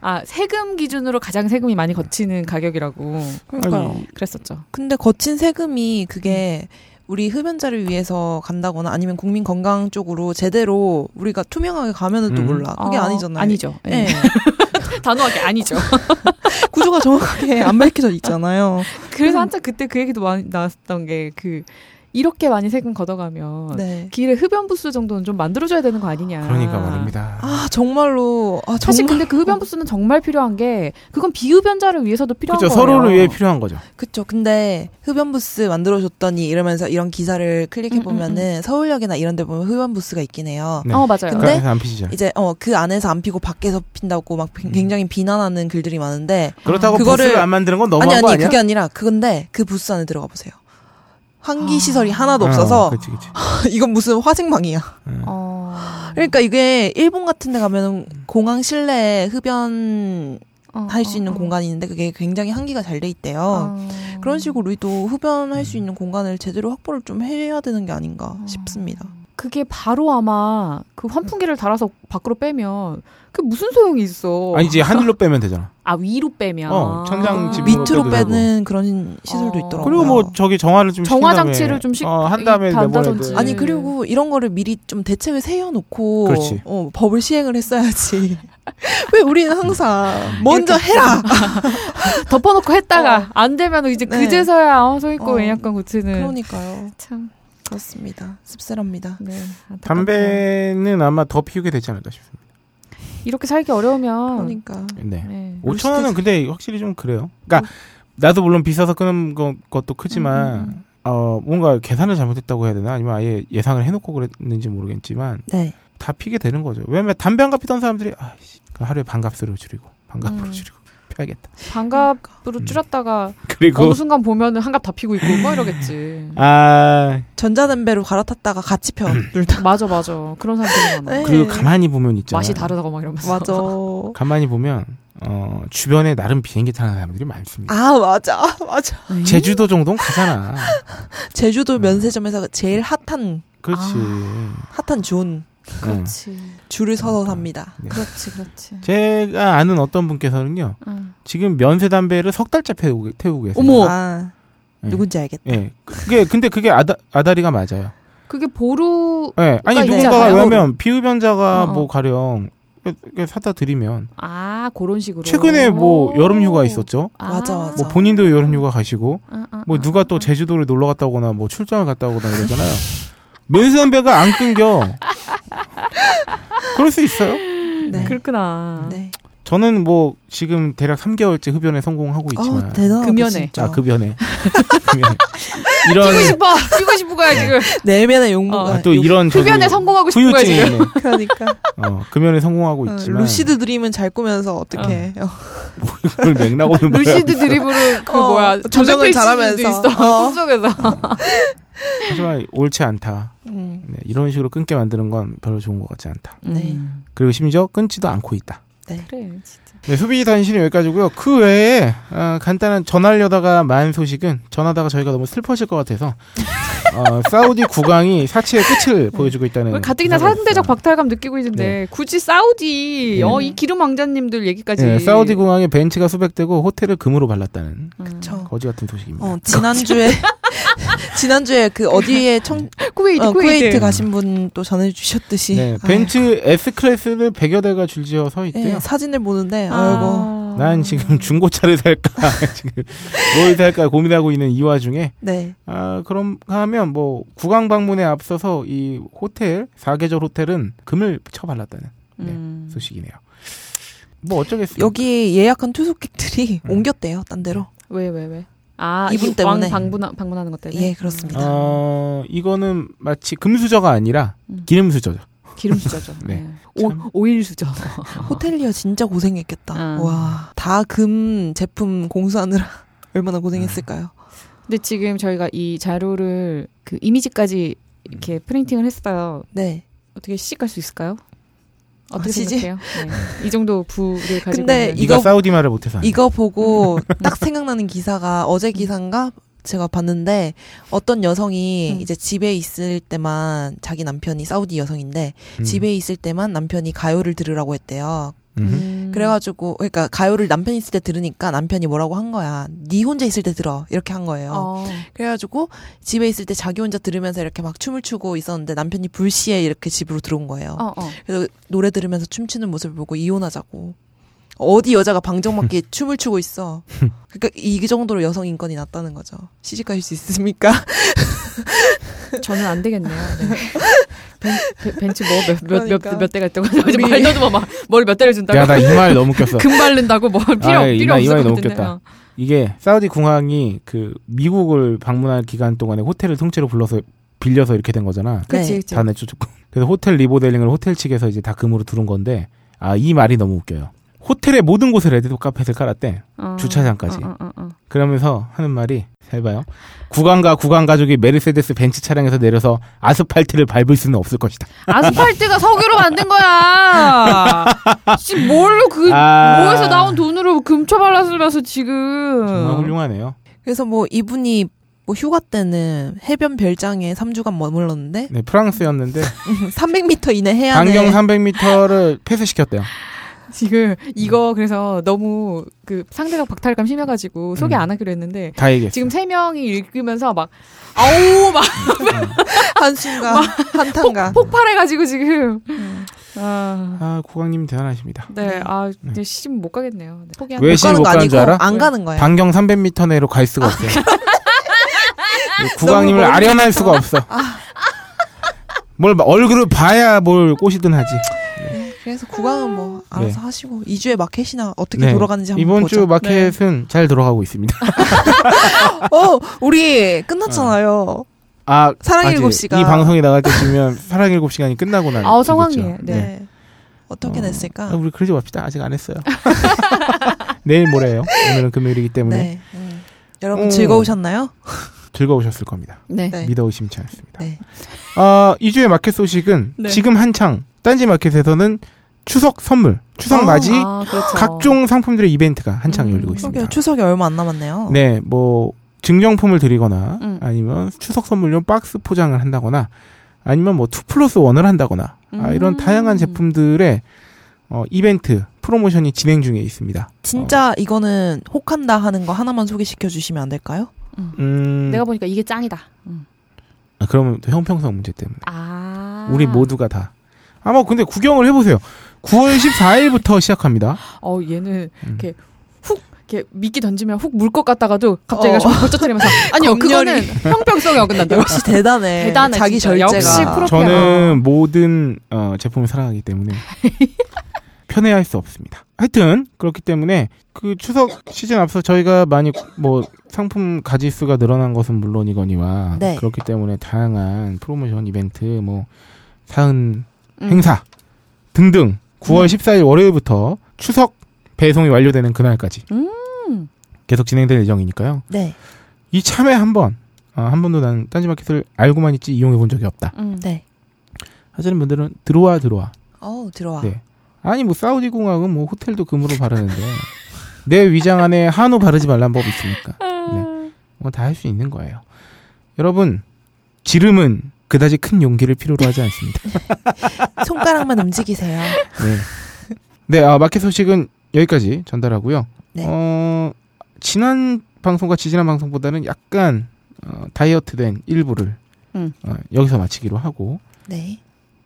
S3: 아 세금 기준으로 가장 세금이 많이 거치는 가격이라고
S2: 그러니까요.
S3: 그랬었죠.
S2: 근데 거친 세금이 그게
S1: 음.
S2: 우리 흡연자를 위해서 간다거나 아니면 국민 건강 쪽으로 제대로 우리가 투명하게 가면은 또
S1: 음.
S2: 몰라. 그게
S3: 어,
S2: 아니잖아요.
S3: 아니죠.
S2: 예.
S3: 네. 단호하게 아니죠.
S2: 구조가 정확하게 안 밝혀져 있잖아요.
S3: 그래서
S2: 음.
S3: 한참 그때 그 얘기도 많이 나왔던 게 그 이렇게 많이 세금 걷어가면
S2: 네.
S3: 길에 흡연 부스 정도는 좀 만들어줘야 되는 거 아니냐.
S1: 그러니까 말입니다.
S2: 아 정말로 아
S3: 사실
S2: 정말
S3: 근데 그 흡연 부스는 정말 필요한 게 그건 비흡연자를 위해서도 필요한
S1: 그렇죠.
S3: 거예요.
S1: 서로를
S2: 어.
S1: 위해 필요한 거죠.
S2: 그쵸. 근데 흡연 부스 만들어 줬더니 이러면서 이런 기사를 클릭해 보면은
S1: 음,
S2: 서울역이나 이런 데 보면 흡연 부스가 있긴 해요.
S1: 네.
S3: 어 맞아요.
S2: 근데-
S1: 그래서 안 피시죠.
S2: 이제 어 그 안에서 안 피고 밖에서 핀다고
S1: 음.
S2: 막 비- 굉장히 비난하는 글들이 많은데
S1: 그렇다고
S2: 그거를-
S1: 부스를 안 만드는 건 너무한
S2: 아니 아니
S1: 거 아니야?
S2: 그게 아니라 그건데 그 부스 안에 들어가 보세요. 환기
S3: 아.
S2: 시설이 하나도 없어서
S1: 어, 그치, 그치.
S2: 이건 무슨 화생방이야.
S1: 음.
S3: 어.
S2: 그러니까 이게 일본 같은 데 가면 공항 실내에 흡연
S3: 어,
S2: 할 수
S3: 어,
S2: 있는
S3: 어.
S2: 공간이 있는데 그게 굉장히 한기가 잘 돼 있대요.
S3: 어.
S2: 그런 식으로 우리도 흡연할 수 있는 공간을 제대로 확보를 좀 해야 되는 게 아닌가 싶습니다.
S3: 그게 바로 아마 그 환풍기를 달아서 밖으로 빼면 그게 무슨 소용이 있어?
S1: 아니지 하늘로 빼면 되잖아.
S3: 아 위로 빼면 아.
S1: 어, 천장 집으로
S2: 밑으로
S1: 빼도
S2: 빼는 그런 시설도
S3: 어.
S2: 있더라고요.
S1: 그리고 뭐 저기 정화를 좀 시킨
S3: 정화
S1: 다음에
S3: 장치를 좀 시-
S1: 어, 한 다음에 내보내야
S3: 단다든지.
S1: 돼.
S2: 아니 그리고 이런 거를 미리 좀 대책을 세워놓고
S1: 그렇지.
S2: 어, 법을 시행을 했어야지. 왜 우리는 항상
S1: 음. 그러니까.
S2: 먼저 해라.
S3: 덮어놓고 했다가 안 되면 이제
S2: 네.
S3: 그제서야 어, 소있고
S2: 어.
S3: 외양간 고치는
S2: 그러니까요.
S3: 참
S2: 그렇습니다. 씁쓸합니다.
S3: 네, 안타깝다.
S1: 담배는 아마 더 피우게 되지 않을까 싶습니다.
S3: 이렇게 살기 어려우면
S2: 그러니까
S1: 네.
S3: 네.
S1: 5천 원은 근데 확실히 좀 그래요. 그러니까 나도 물론 비싸서 끊은 거- 것도 크지만
S3: 음,
S1: 어 뭔가 계산을 잘못했다고 해야 되나 아니면 아예 예상을 해놓고 그랬는지 모르겠지만
S2: 네.
S1: 다 피게 되는 거죠. 왜냐면 담배 한갑 피던 사람들이 아씨 그 하루에 반값으로 줄이고 반값으로
S3: 음.
S1: 줄이고 피야겠다.
S3: 반갑으로 줄였다가 어느
S1: 음. 그리고
S3: 순간 보면은 한갑 다 피고 있고 뭐 이러겠지.
S1: 아
S2: 전자담배로 갈아탔다가 같이 펴. 둘 다.
S3: 맞아 맞아 그런 사람들이 많아.
S2: 네.
S1: 그리고 가만히 보면 있잖아.
S3: 맛이 다르다고 막 이러면서.
S2: 맞아.
S1: 가만히 보면 어 주변에 나름 비행기 타는 사람들이 많습니다.
S2: 아 맞아 맞아.
S3: 에이?
S1: 제주도 정도는 가잖아.
S2: 제주도
S1: 음.
S2: 면세점에서 제일 핫한
S1: 그렇지.
S2: 핫한 존
S1: 응.
S3: 아, 그렇지
S2: 줄을 서서 삽니다.
S1: 네.
S3: 그렇지 그렇지.
S1: 제가 아는 어떤 분께서는요.
S3: 응.
S1: 지금 면세 담배를 석 달째 태우고, 태우고 계세요.
S3: 어머.
S2: 아
S1: 네.
S2: 누군지 알겠다.
S1: 예. 그게 근데 그게 아다, 아다리가 맞아요.
S3: 그게 보루
S1: 예. 아니
S3: 그러니까
S1: 누군가가
S3: 이제
S1: 왜냐면 비흡연자가
S3: 어, 어.
S1: 뭐 가령 그- 그 사다 드리면
S3: 아 그런 식으로.
S1: 최근에 뭐 여름 휴가 있었죠.
S3: 아.
S2: 맞아, 맞아.
S1: 뭐 본인도 여름 휴가 가시고
S3: 아, 아,
S1: 뭐
S3: 아.
S1: 누가 또 제주도를 놀러 갔다거나 뭐 출장을 갔다거나 이러잖아요. 면세 담배가 안 끊겨. 그럴 수 있어요.
S2: 네.
S3: 그렇구나.
S1: 음.
S2: 네.
S1: 저는 뭐 지금 대략 3개월째 흡연에 성공하고 있지만
S2: 어, 대단하다.
S3: 금연에.
S2: 진짜.
S1: 아, 급연에. 급연에. 이런
S3: 피고 싶어 피고 싶은 거야 지금.
S2: 내면의 용모가
S1: 아, 또 이런 네. 저기
S3: 흡연에 성공하고 싶은 거야
S1: 후유증이
S3: 지금. 아,
S1: 있네.
S2: 그러니까
S1: 어, 금연에 성공하고
S2: 어,
S1: 있지만
S2: 루시드 드림은 잘 꾸면서 어떻게
S1: 그걸 맥락으로
S3: 루시드
S1: 말하면서.
S3: 드리블은 그
S2: 어,
S3: 뭐야
S2: 조정을
S3: 조정을 잘하면서
S2: 잘하면서.
S3: 있어
S2: 어.
S3: 꿈속에서
S1: 하지만 옳지 않다.
S2: 음.
S1: 네, 이런 식으로 끊게 만드는 건 별로 좋은 것 같지 않다.
S2: 네.
S3: 음.
S1: 그리고 심지어 끊지도 않고 있다.
S3: 그래 진짜
S1: 네, 소비 단신이 여기까지고요. 그 외에 어, 간단한 전하려다가 만 소식은 전하다가 저희가 너무 슬퍼질 것 같아서 어, 사우디 국왕이 사치의 끝을 보여주고 있다는.
S3: 가뜩이나
S1: 기사가
S3: 상대적
S1: 있어요.
S3: 박탈감 느끼고 있는데 굳이 사우디
S1: 네.
S3: 어 이 기름 왕자님들 얘기까지
S1: 네, 사우디 국왕의 벤츠가 수백대고 호텔을 금으로 발랐다는
S2: 그쵸.
S1: 거지 같은 소식입니다.
S2: 어, 지난주에 지난주에 그 어디에 청
S3: 쿠웨이트
S2: 어,
S3: 쿠웨이트,
S2: 쿠웨이트 가신 분 또 전해 주셨듯이 아,
S1: 네, 벤츠 S 클래스를 100여 대가 줄지어 서 있대요.
S2: 예, 사진을 보는데 아이고
S3: 아.
S1: 난 지금 중고차를 살까 지금 뭘 살까 고민하고 있는 이 와중에
S2: 네.
S1: 아, 그럼 하면 뭐 국왕 방문에 앞서서 이 호텔 사계절 호텔은 금을 쳐발랐다는
S3: 음.
S1: 네. 소식이네요. 뭐 어쩌겠어요.
S2: 여기 예약한 투숙객들이
S1: 음.
S2: 옮겼대요. 딴 데로.
S3: 왜 왜 왜? 아
S2: 이분
S3: 이분 때문에 예,
S2: 때문에.
S3: 방문 방문하는 것 때문에.
S1: 아,
S2: 예, 그렇습니다.
S1: 어, 이거는 마치 금수저가 아니라
S3: 음.
S1: 기름수저죠.
S3: 기름 수저죠.
S1: 네.
S3: 네. 오,
S1: 참.
S3: 오일 수저.
S2: 호텔리어 진짜 고생했겠다.
S3: 음.
S2: 와, 다 금 제품 공수하느라 얼마나 고생했을까요?
S3: 근데 지금 저희가 이 자료를 그 이미지까지
S1: 음.
S3: 이렇게 프린팅을 했어요.
S2: 네.
S3: 어떻게 시집갈 수 있을까요? 어떻게
S2: 시집?
S3: 생각해요? 네. 이 정도 부를 가지고
S2: 근데
S3: 있는-
S1: 네가
S2: 이거-
S1: 사우디 말을 못해서 안 돼.
S2: 이거 보고 딱 생각나는 기사가 어제 기사인가 제가 봤는데 어떤 여성이
S3: 음.
S2: 이제 집에 있을 때만 자기 남편이 사우디 여성인데
S1: 음.
S2: 집에 있을 때만 남편이 가요를 들으라고 했대요.
S1: 음.
S2: 그래가지고 그러니까 가요를 남편이 있을 때 들으니까 남편이 뭐라고 한 거야. 네 혼자 있을 때 들어 이렇게 한 거예요.
S3: 어.
S2: 그래가지고 집에 있을 때 자기 혼자 들으면서 이렇게 막 춤을 추고 있었는데 남편이 불시에 이렇게 집으로 들어온 거예요.
S3: 어, 어.
S2: 그래서 노래 들으면서 춤추는 모습을 보고 이혼하자고. 어디 여자가 방정맞게 춤을 추고 있어. 그러니까 이 정도로 여성 인권이 낮다는 거죠. 시집 가실 수 있습니까?
S3: 저는 안 되겠네요. 네. 벤, 벤- 벤츠 뭐 몇 몇 몇
S2: 그러니까.
S3: 대가 있다고 하죠.
S2: 우리-
S3: 말도 마. 막 머리 몇 대를 준다고.
S1: 야, 나 이 말 너무 꼈어.
S3: 금 바른다고 뭐 필요
S1: 아, 이
S3: 필요
S1: 말- 이
S3: 없을
S1: 말이
S3: 것
S1: 너무
S3: 같은데.
S1: 웃겼다.
S3: 어.
S1: 이게 사우디 공항이 그 미국을 방문할 기간 동안에 호텔을 통째로 불러서 빌려서 이렇게 된 거잖아.
S3: 그치
S2: 네.
S3: 그치.
S1: 다 내쫓고. 그래서 호텔 리모델링을 호텔 측에서 이제 다 금으로 두른 건데 아 이 말이 너무 웃겨요. 호텔의 모든 곳에 레드도 카펫을 깔았대.
S3: 어.
S1: 주차장까지.
S3: 어, 어, 어, 어.
S1: 그러면서 하는 말이 해봐요. 구강과 구강 가족이 메르세데스 벤츠 차량에서 내려서 아스팔트를 밟을 수는 없을 것이다.
S3: 아스팔트가 석유로 만든 거야. 씨 뭘로 그
S1: 아.
S3: 뭐에서 나온 돈으로 금초 발라서 지금.
S1: 정말 훌륭하네요.
S2: 그래서 뭐 이분이 뭐 휴가 때는 해변 별장에 3주간 머물렀는데
S1: 네 프랑스였는데
S2: 300m 이내 해안에
S1: 반경 300m를 패스시켰대요.
S3: 지금 이거 그래서 너무 그 상대가 박탈감 심해가지고 소개
S1: 음.
S3: 안 하기로 했는데
S1: 다 얘기했어.
S3: 지금 세 명이 읽으면서 막 아우 막
S1: 음.
S2: 한순간 한탄간
S3: 폭발해가지고 지금.
S1: 음.
S3: 아.
S1: 아 구강님 대단하십니다.
S3: 네, 아, 근데 시집 못 가겠네요. 네, 포기한다.
S1: 왜
S2: 못
S1: 시집
S2: 가는
S1: 못
S2: 거
S1: 가는
S2: 아니고
S1: 줄 알아?
S2: 안 가는 거야.
S1: 반경 300m 내로 갈 수가 없어요. 구강님을
S2: 너무
S1: 아련할 수가 없어. 뭘 봐- 얼굴을 봐야 뭘 꼬시든 하지.
S2: 그래서 구강은 뭐 알아서
S1: 네.
S2: 하시고 2주에 마켓이나 어떻게
S1: 네.
S2: 돌아가는지 한번
S1: 이번
S2: 보죠. 네.
S1: 주 마켓은 잘 들어가고 있습니다.
S2: 어, 우리 끝났잖아요.
S1: 아
S2: 사랑
S1: 아직
S2: 일곱 시간.
S1: 이 방송이 나갈 때쯤이면 사랑 일곱 시간이 끝나고 나.
S3: 아, 성황리에.
S2: 네.
S3: 네.
S2: 어떻게
S1: 어,
S2: 냈을까?
S1: 아, 우리 그러지 맙시다. 아직 안 했어요. 내일 모레예요. 오늘은 금요일이기 때문에
S2: 네. 음. 여러분
S1: 음.
S2: 즐거우셨나요?
S1: 즐거우셨을 겁니다.
S3: 네.
S2: 네.
S1: 믿어 의심치 않습니다.
S2: 네.
S1: 아, 2주의 마켓 소식은
S3: 네.
S1: 지금 한창 딴지 마켓에서는 추석 선물, 추석 맞이
S3: 아, 그렇죠.
S1: 각종 상품들의 이벤트가 한창
S3: 음.
S1: 열리고
S2: 그러게요.
S1: 있습니다.
S2: 추석이 얼마 안 남았네요.
S1: 네, 뭐 증정품을 드리거나
S3: 음.
S1: 아니면 추석 선물용 박스 포장을 한다거나 아니면 뭐2 플러스 1을 한다거나 아, 이런
S3: 음.
S1: 다양한 제품들의 어, 이벤트 프로모션이 진행 중에 있습니다.
S2: 진짜 이거는 혹한다 하는 거 하나만 소개시켜 주시면 안 될까요?
S1: 음,
S3: 내가 보니까 이게 짱이다.
S1: 아, 그러면 또 형평성 문제 때문에.
S3: 아.
S1: 우리 모두가 다. 아마 근데 구경을 해보세요. 9월 14일부터 시작합니다.
S3: 어, 얘는
S1: 음.
S3: 이렇게 훅 이렇게 미끼 던지면 훅 물 것 같다가도 갑자기
S2: 어.
S3: 어. 버텨트리면서 아니요,
S2: 검열이.
S3: 그거는 형평성에 어긋난다.
S2: 역시 대단해.
S3: 대단해,
S2: 자기
S3: 진짜.
S2: 절제가.
S3: 역시 프로- 프로필.
S1: 저는 모든 어, 제품을 사랑하기 때문에 편애할 수 없습니다. 하여튼 그렇기 때문에 그 추석 시즌 앞서 저희가 많이 뭐 상품 가지 수가 늘어난 것은 물론이거니와
S2: 네.
S1: 그렇기 때문에 다양한 프로모션 이벤트 뭐 사은
S3: 음.
S1: 행사 등등 9월 14일 월요일부터 추석 배송이 완료되는 그날까지
S3: 음.
S1: 계속 진행될 예정이니까요.
S2: 네.
S1: 이 참에 한번 아, 한 번도 난 딴지마켓을 알고만 있지 이용해 본 적이 없다
S3: 음.
S2: 네.
S1: 하시는 분들은 들어와 들어와
S2: 어우, 들어와.
S1: 네. 아니 뭐 사우디 공항은 뭐 호텔도 금으로 바르는데 내 위장 안에 한우 바르지 말란 법이 있으니까 네. 뭐다 할 수 있는 거예요 여러분 지름은 그다지 큰 용기를 필요로 하지 않습니다
S2: 손가락만 움직이세요.
S1: 네, 네 아, 마켓 소식은 여기까지 전달하고요
S2: 네.
S1: 어, 지난 방송과 지지난 방송보다는 약간 어, 다이어트된 일부를
S3: 음.
S1: 어, 여기서 마치기로 하고
S2: 네.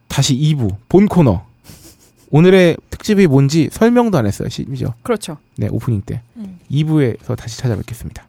S1: 다시 2부 본 코너 오늘의 특집이 뭔지 설명도 안 했어요 심지어
S3: 그렇죠.
S1: 네 오프닝 때
S2: 음.
S1: 2부에서 다시 찾아뵙겠습니다